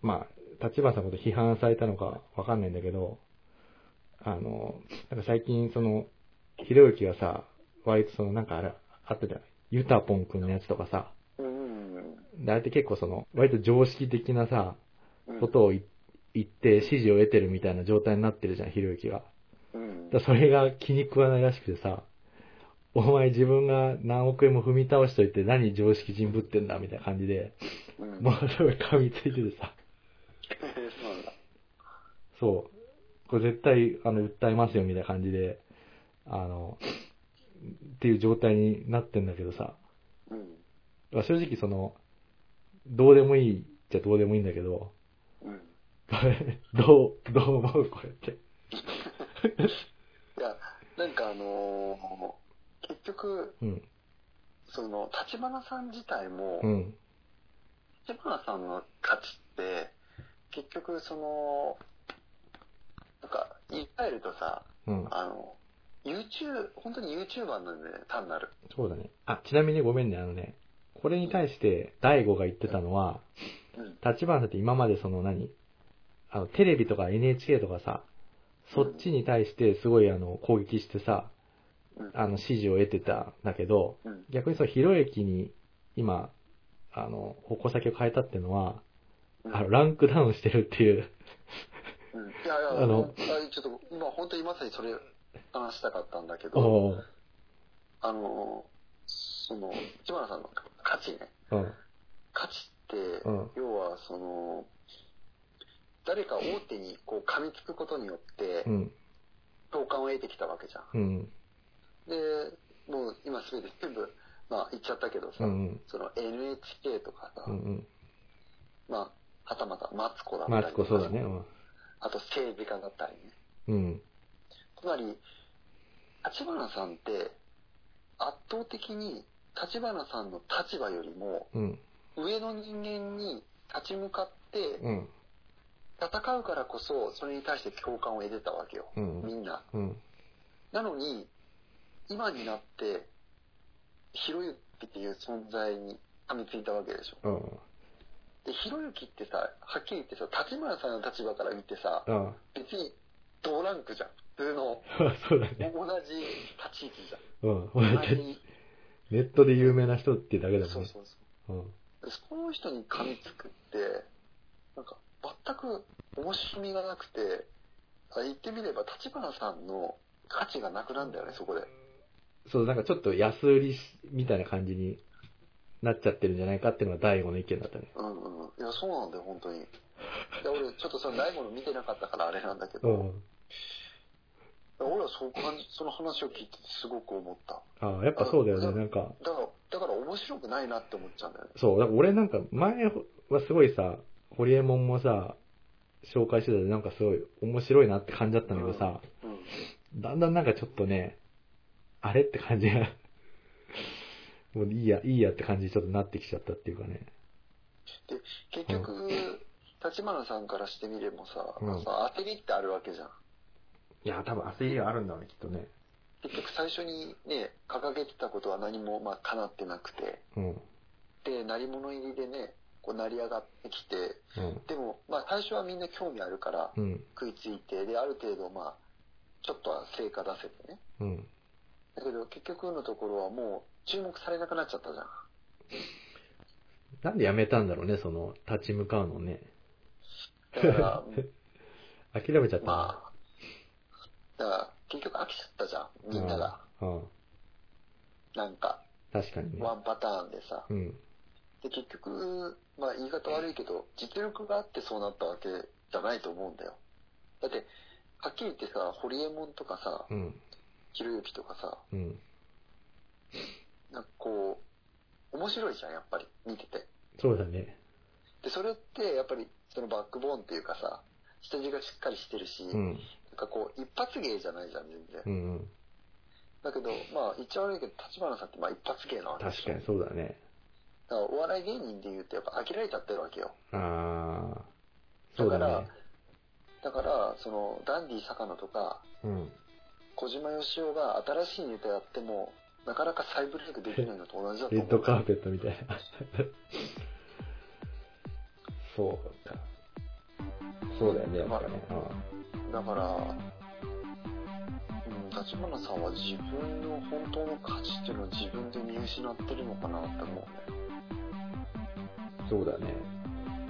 C: まあ、立花さんのこと批判されたのかわかんないんだけど、あの、なんか最近、その、ひろゆきがさ、割とその、なんかあれ、あったじゃないユタポン君のやつとかさ、
B: うん。
C: であれって結構その、割と常識的なさ、
B: うん
C: ことを言言って指示を得てるみたいな状態になってるじゃん、ひろゆきが。
B: うん。
C: だからそれが気に食わないらしくてさ、お前自分が何億円も踏み倒しといて何常識人ぶってんだみたいな感じで、
B: うん。
C: もうすごい噛みついててさ、
B: へえそうなんだ。
C: そう、これ絶対あの訴えますよみたいな感じで、あの、っていう状態になってんだけどさ、
B: うん。
C: まあ正直その、どうでもいいっちゃどうでもいいんだけど、
B: うん。
C: これどう、どう思うこれって。
B: いや、なんかあのー結局、
C: うん、
B: その、立花さん自体も、
C: うん、
B: 立花さんの価値って、結局その、なんか、言い換えるとさ、
C: うん。
B: あの、YouTube、本当に YouTuber なんだよね、単なる。
C: そうだね。あ、ちなみにごめんね、あのね、これに対して、大悟が言ってたのは、
B: うん。
C: 立花さんって今までその何あの、テレビとか NHK とかさ、そっちに対してすごいあの、攻撃してさ、
B: うん。
C: あの、支持を得てたんだけど、
B: うん。
C: 逆にその、ひろゆきに、今、あの、矛先を変えたってのは、
B: うん
C: あの、ランクダウンしてるっていう、
B: うんいやいや、
C: あ
B: あ
C: の
B: の、ちょっと、今本当にまさにそれ話したかったんだけど、
C: おー
B: あの、その、千葉さんの価値ね。
C: うん、
B: 価値って、
C: うん、
B: 要はその、誰か大手にこう噛みつくことによって
C: う、ん、
B: 共感を得てきたわけじゃん。
C: うん、
B: で、もう今すべて全部、まあ言っちゃったけどさ、
C: うん、うん、
B: その NHK とかさ、
C: うん、うん、
B: まあ、はたまたマツコだった
C: マ
B: り
C: ツ
B: と
C: コ
B: か
C: そうだね、うん
B: あと政治家だったりね。
C: うん、
B: つまり、立花さんって、圧倒的に立花さんの立場よりも、
C: うん、
B: 上の人間に立ち向かって、
C: うん、
B: 戦うからこそ、それに対して共感を得てたわけよ。
C: うん
B: みんな。
C: うん、
B: なのに、今になって、ひろゆきっていう存在に噛みついたわけでしょ。
C: うん、
B: で、ひろゆきってさ、はっきり言ってさ、立花さんの立場から見てさ、
C: うん。
B: 別に同ランクじゃん。普通の、
C: そうだ
B: 同
C: ね。
B: じ立ち位置じゃん。
C: うん。
B: 同じ
C: ネットで有名な人ってだけだも
B: そ
C: ん
B: う
C: ね。
B: そうそう。
C: うん。
B: でその人に噛みつくって、なんか全く面白みがなくて、あ言ってみれば立花さんの価値がなくなんだよね、そこで。
C: そう、なんかちょっと安売りしみたいな感じになっちゃってるんじゃないかっていうのが第五の意見だったね。
B: うんうん。いや、そうなんだよ、本当に。で俺、ちょっとその大悟の見てなかったからあれなんだけ
C: う
B: ど、
C: ん。
B: 俺はそう感じ、その話を聞いててすごく思った。
C: ああ、やっぱそうだよね。なんか、
B: だから、だから面白くないなって思っちゃうんだよね。
C: そう、だから俺なんか前はすごいさ、ホリエモンもさ、紹介してたでなんかすごい面白いなって感じだったんだけどさ、
B: うん。
C: だんだんなんかちょっとね、あれって感じが もういいや、いいやって感じにちょっとなってきちゃったっていうかね。
B: 結局、立花さんからしてみればさ、
C: うん
B: さ焦りってあるわけじゃん。
C: いや、多分焦りがあるんだろうね、きっとね。
B: 結局最初にね、掲げてたことは何もまあ叶ってなくて、
C: うん。
B: で、鳴り物入りでね、こう成り上がってきて、
C: うん。
B: でも、まあ最初はみんな興味あるから
C: うん。
B: 食いついて、で、ある程度まあ、ちょっとは成果出せてね。
C: うん。
B: だけど結局のところはもう注目されなくなっちゃったじゃん。
C: なんでやめたんだろうね、その、立ち向かうのね。
B: だから、
C: 諦めちゃった。
B: まあ、だから結局飽きちゃったじゃん、みんなが。
C: うん。うん。
B: なんか、
C: 確かにね
B: ワ。ンパターンでさ。
C: うん。
B: で、結局、まあ言い方悪いけど、実力があってそうなったわけじゃないと思うんだよ。だって、はっきり言ってさ、ホリエモンとかさ、
C: うん。
B: ひろゆきとかさ、
C: うん。
B: なんかこう、面白いじゃん、やっぱり、見てて。
C: そうだね。
B: で、それって、やっぱり、そのバックボーンっていうかさ、下地がしっかりしてるし、な
C: う
B: ん
C: ん。
B: かこう、一発芸じゃないじゃん、全然
C: う。んうん。
B: だけど、まあ、言っちゃ悪いけど、立花さんってまあ一発芸なわけで
C: 確
B: しょ
C: かにそうだね。
B: だからお笑い芸人で言うと、やっぱ飽きられちゃってるわけよ。
C: ああ。そうだね。
B: だから、その、ダンディ坂野とか、
C: うん。
B: 小島よしおが新しいネタやっても、なかなか再ブレイクできないのと同じだと
C: レ
B: 思う。
C: ッドカーペットみたいな。 そうか。そうだよね、やっぱね。
B: だから、うん、立花さんは自分の本当の価値っていうのを自分で見失ってるのかなって思う
C: うんそうだね。
B: ね。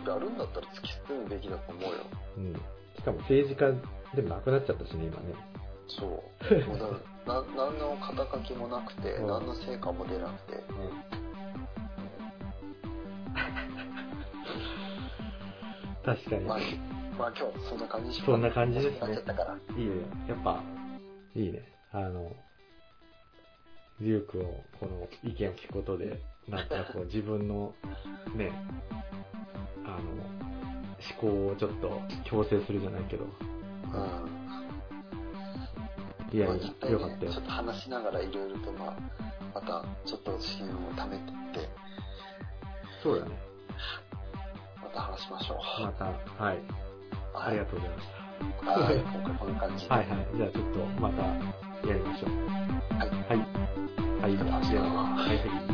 B: やるんだったら突き進むべきだと思うよ。
C: うん。しかも政治家でもなくなっちゃったしね、今ね。
B: そう。もうだな何の肩書きもなくて、
C: うん
B: 何の成果も出なくて。
C: 確かに。
B: まあ、まあ今日そんな感じにしよう
C: そんな感じですね
B: なっちゃったから。
C: いいね。やっぱ、いいね。あの、リュウ君を、この意見を聞くことで、なんか こう自分の、ね、あの、思考をちょっと強制するじゃないけど、
B: うん。
C: いや
B: まあ
C: い
B: 一
C: や、
B: 回
C: よかった
B: ね、
C: よ
B: ちょ。っと話しながらいろいろとまあ、またちょっと資源を貯めてって、
C: そうだね。
B: また話しましょう。
C: また、はい。ありがとうございまし
B: はい、今回こんな感じで。
C: た。はいはい。じゃあちょっと、また、やりましょう。
B: はい
C: はい。はい。
B: ありがとうございます
C: はい。